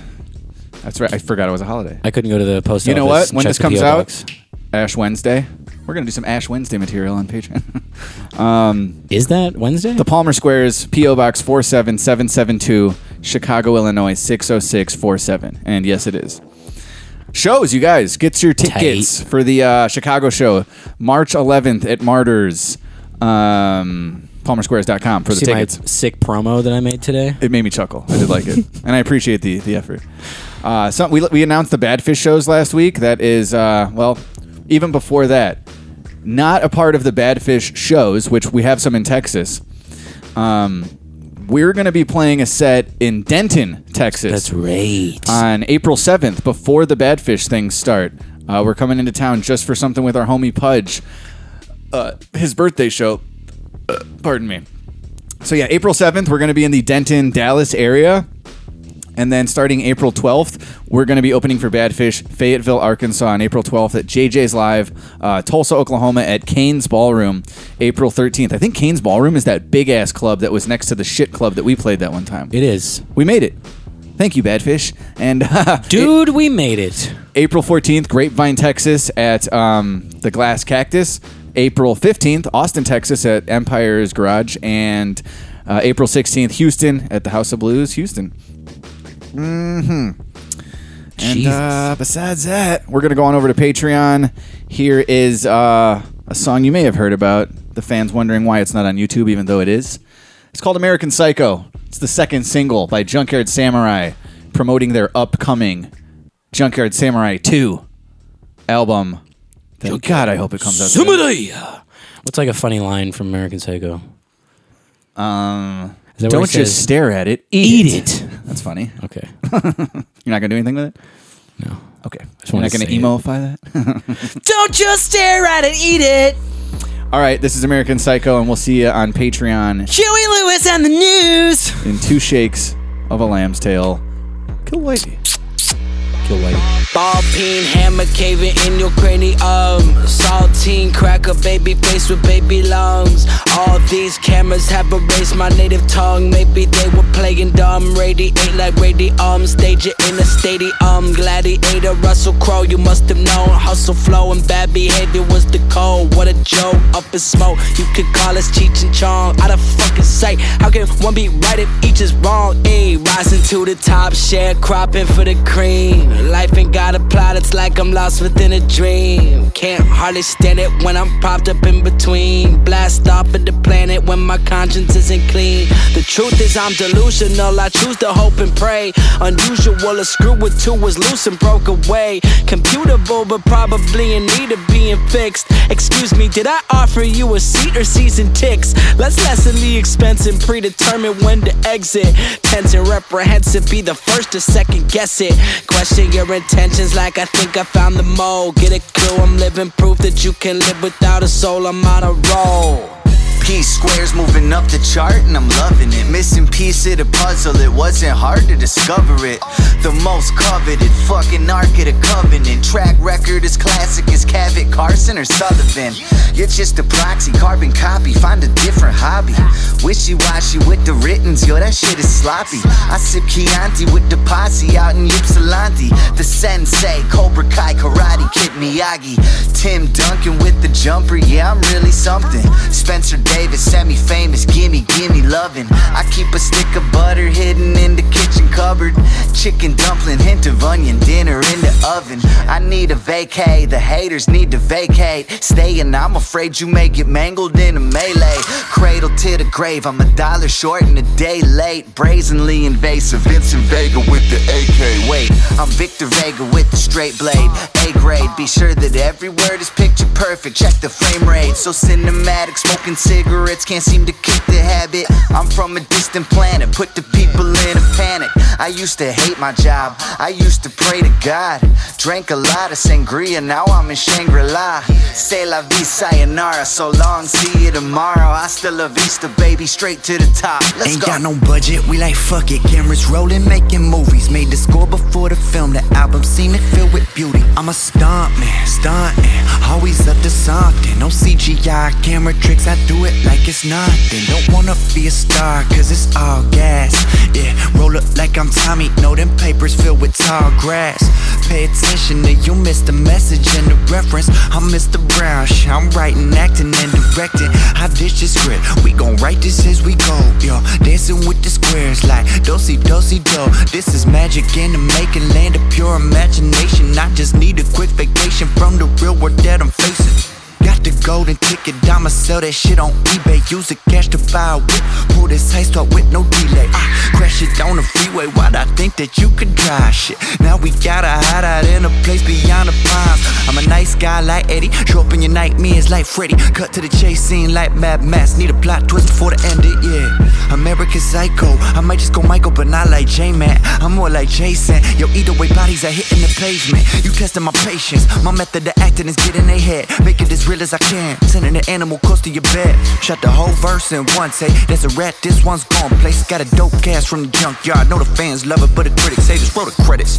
S4: that's right i forgot it was a holiday
S11: I couldn't go to the post
S4: you know
S11: office
S4: what?
S11: and
S4: When
S11: check
S4: this
S11: the
S4: comes
S11: PO
S4: out,
S11: box.
S4: Ash Wednesday, we're gonna do some Ash Wednesday material on Patreon. um,
S11: is that Wednesday?
S4: The Palmer Squares, PO Box four seven seven seven two, Chicago, Illinois six zero six four seven. And yes, it is. Shows, you guys, get your tickets for the uh, Chicago show, March 11th at Martyrs. Um, PalmerSquares.com for the
S11: See my
S4: tickets.
S11: sick promo that I made today.
S4: It made me chuckle. I did like it, and I appreciate the the effort. Uh, some, we we announced the Bad Fish shows last week. That is, uh, well, even before that, not a part of the Bad Fish shows, which we have some in Texas. Um, we're going to be playing a set in Denton, Texas. That's
S11: right.
S4: On April 7th, before the Bad Fish things start. Uh, we're coming into town just for something with our homie Pudge. Uh, his birthday show. Uh, pardon me. So, yeah, April 7th, we're going to be in the Denton, Dallas area. And then starting April 12th, we're going to be opening for Bad Fish, Fayetteville, Arkansas on April 12th at JJ's Live, uh, Tulsa, Oklahoma at Kane's Ballroom, April 13th. I think Kane's Ballroom is that big ass club that was next to the shit club that we played that one time.
S11: It is.
S4: We made it. Thank you, Bad Fish. And uh,
S11: dude, we made it.
S4: April 14th, Grapevine, Texas at um, the Glass Cactus. April 15th, Austin, Texas at Empire's Garage. And uh, April 16th, Houston at the House of Blues, Houston. hmm And
S11: Jesus.
S4: uh, besides that, we're going to go on over to Patreon. Here is uh, a song you may have heard about. The fans wondering why it's not on YouTube, even though it is. It's called American Psycho. It's the second single by Junkyard Samurai, promoting their upcoming Junkyard Samurai 2 album. Thank God, I hope it comes out. soon.
S11: Somebody. What's like a funny line from American Psycho?
S4: Um,
S11: Is that what
S4: don't
S11: he
S4: just
S11: says?
S4: stare at it. Eat, it. That's funny.
S11: Okay.
S4: You're not gonna do anything with it.
S11: No.
S4: Okay.
S11: just
S4: You're
S11: wanted
S4: not
S11: to
S4: gonna
S11: say it.
S4: emoify that.
S3: Don't just stare at it, eat it.
S4: All right. This is American Psycho, and we'll see you on Patreon
S3: Huey Lewis and the news.
S4: in two shakes of a lamb's tail. Kill Whitey. Kill Whitey.
S12: Ball peen, hammer caving in your cranium. Saltine, cracker, baby face with baby lungs. All these cameras have erased my native tongue. Maybe they were playing dumb. Radiate like radium. Stage it in a stadium. Gladiator, Russell Crowe, you must have known. Hustle, flow, and bad behavior was the code. What a joke, up in smoke. You could call us Cheech and Chong. Out of fucking sight. How can one be right if each is wrong? Ayy, rising to the top, share cropping for the cream. Life ain't got a plot, it's like I'm lost within a dream. Can't hardly stand it when I'm popped up in between. Blast off of the planet when my conscience isn't clean. The truth is, I'm delusional, I choose to hope and pray. Unusual, a screw with two was loose and broke away. Computable, but probably in need of being fixed. Excuse me, did I offer you a seat or season ticks? Let's lessen the expense and predetermine when to exit. Tense and reprehensive, be the first to second guess it. Question your intentions like I think I found the mole. Get a clue, I'm living proof that you can live without a soul. I'm on a roll.
S13: piece squares moving up the chart, and I'm loving it. Missing piece of the puzzle, it wasn't hard to discover it. The most coveted fucking Ark of the Covenant. Track record is classic as Cavett, Carson, or Sullivan. You're just a proxy, carbon copy, find a different hobby. Wishy washy with the writtens, yo, that shit is sloppy. I sip Chianti with the posse out in Ypsilanti. The sensei, Cobra Kai, Karate Kid Miyagi. Tim Duncan with the jumper, yeah, I'm really something. Spencer Davis, semi famous, gimme, gimme lovin'. I keep a stick of butter hidden in the kitchen cupboard. Chicken dumpling, hint of onion, dinner in the oven. I need a vacay, the haters need to vacate. Staying, I'm afraid you may get mangled in a melee. Cradle to the grave, I'm a dollar short and a day late. Brazenly invasive, Vincent Vega with the AK. Wait, I'm Victor Vega with the straight blade. A grade, be sure that every word is picture perfect. Check the frame rate, so cinematic. Smoking cigarettes can't seem to kick the habit. I'm from a distant planet, put the people in a panic. I used to hate my job, I used to pray to God. Drank a lot of sangria, now I'm in Shangri La. Say la vie, sayonara, so long, see you tomorrow. Hasta la vista, baby, straight to the top. Let's
S14: Ain't
S13: go.
S14: got no budget, we like fuck it. Cameras rolling, making movies. Made the score before the film, the album seen it filled with beauty. I'm a stunt man, stunt man, always up to something. No CGI, camera tricks, I do it like it's nothing. Don't wanna be a star, cause it's all gas. Yeah, roll up like I'm Tommy, know them papers filled with tall grass. Pay attention to you missed the message and the reference. I'm Mr. Brown, shit, I'm writing, acting, and directing. I ditch the script, we gon' write this as we go. Yo, dancing with the squares like dosi dosi do. This is magic in the making, land of pure imagination. I just need a quick vacation from the real world that I'm facing. Got the golden ticket, I'ma sell that shit on eBay. Use the cash to buy a whip. Pull this heist up with no delay. I crash it on the freeway. Why'd I think that you could drive shit? Now we gotta hide out in a place beyond the pines. I'm a nice guy like Eddie. Show up in your nightmares like Freddy. Cut to the chase scene like Mad Max. Need a plot twist before the end it, yeah. American Psycho. I might just go Michael, but not like J-Man. I'm more like Jason. Yo, either way, bodies are hitting the pavement. You testing my patience. My method of acting is getting they head. Make it as real as I can. Sending the animal close to your bed. Shot the whole verse in one take. There's a rat, this one's gone. Place got a dope cast from the junkyard. Know the fans love it, but the critics haters roll the credits.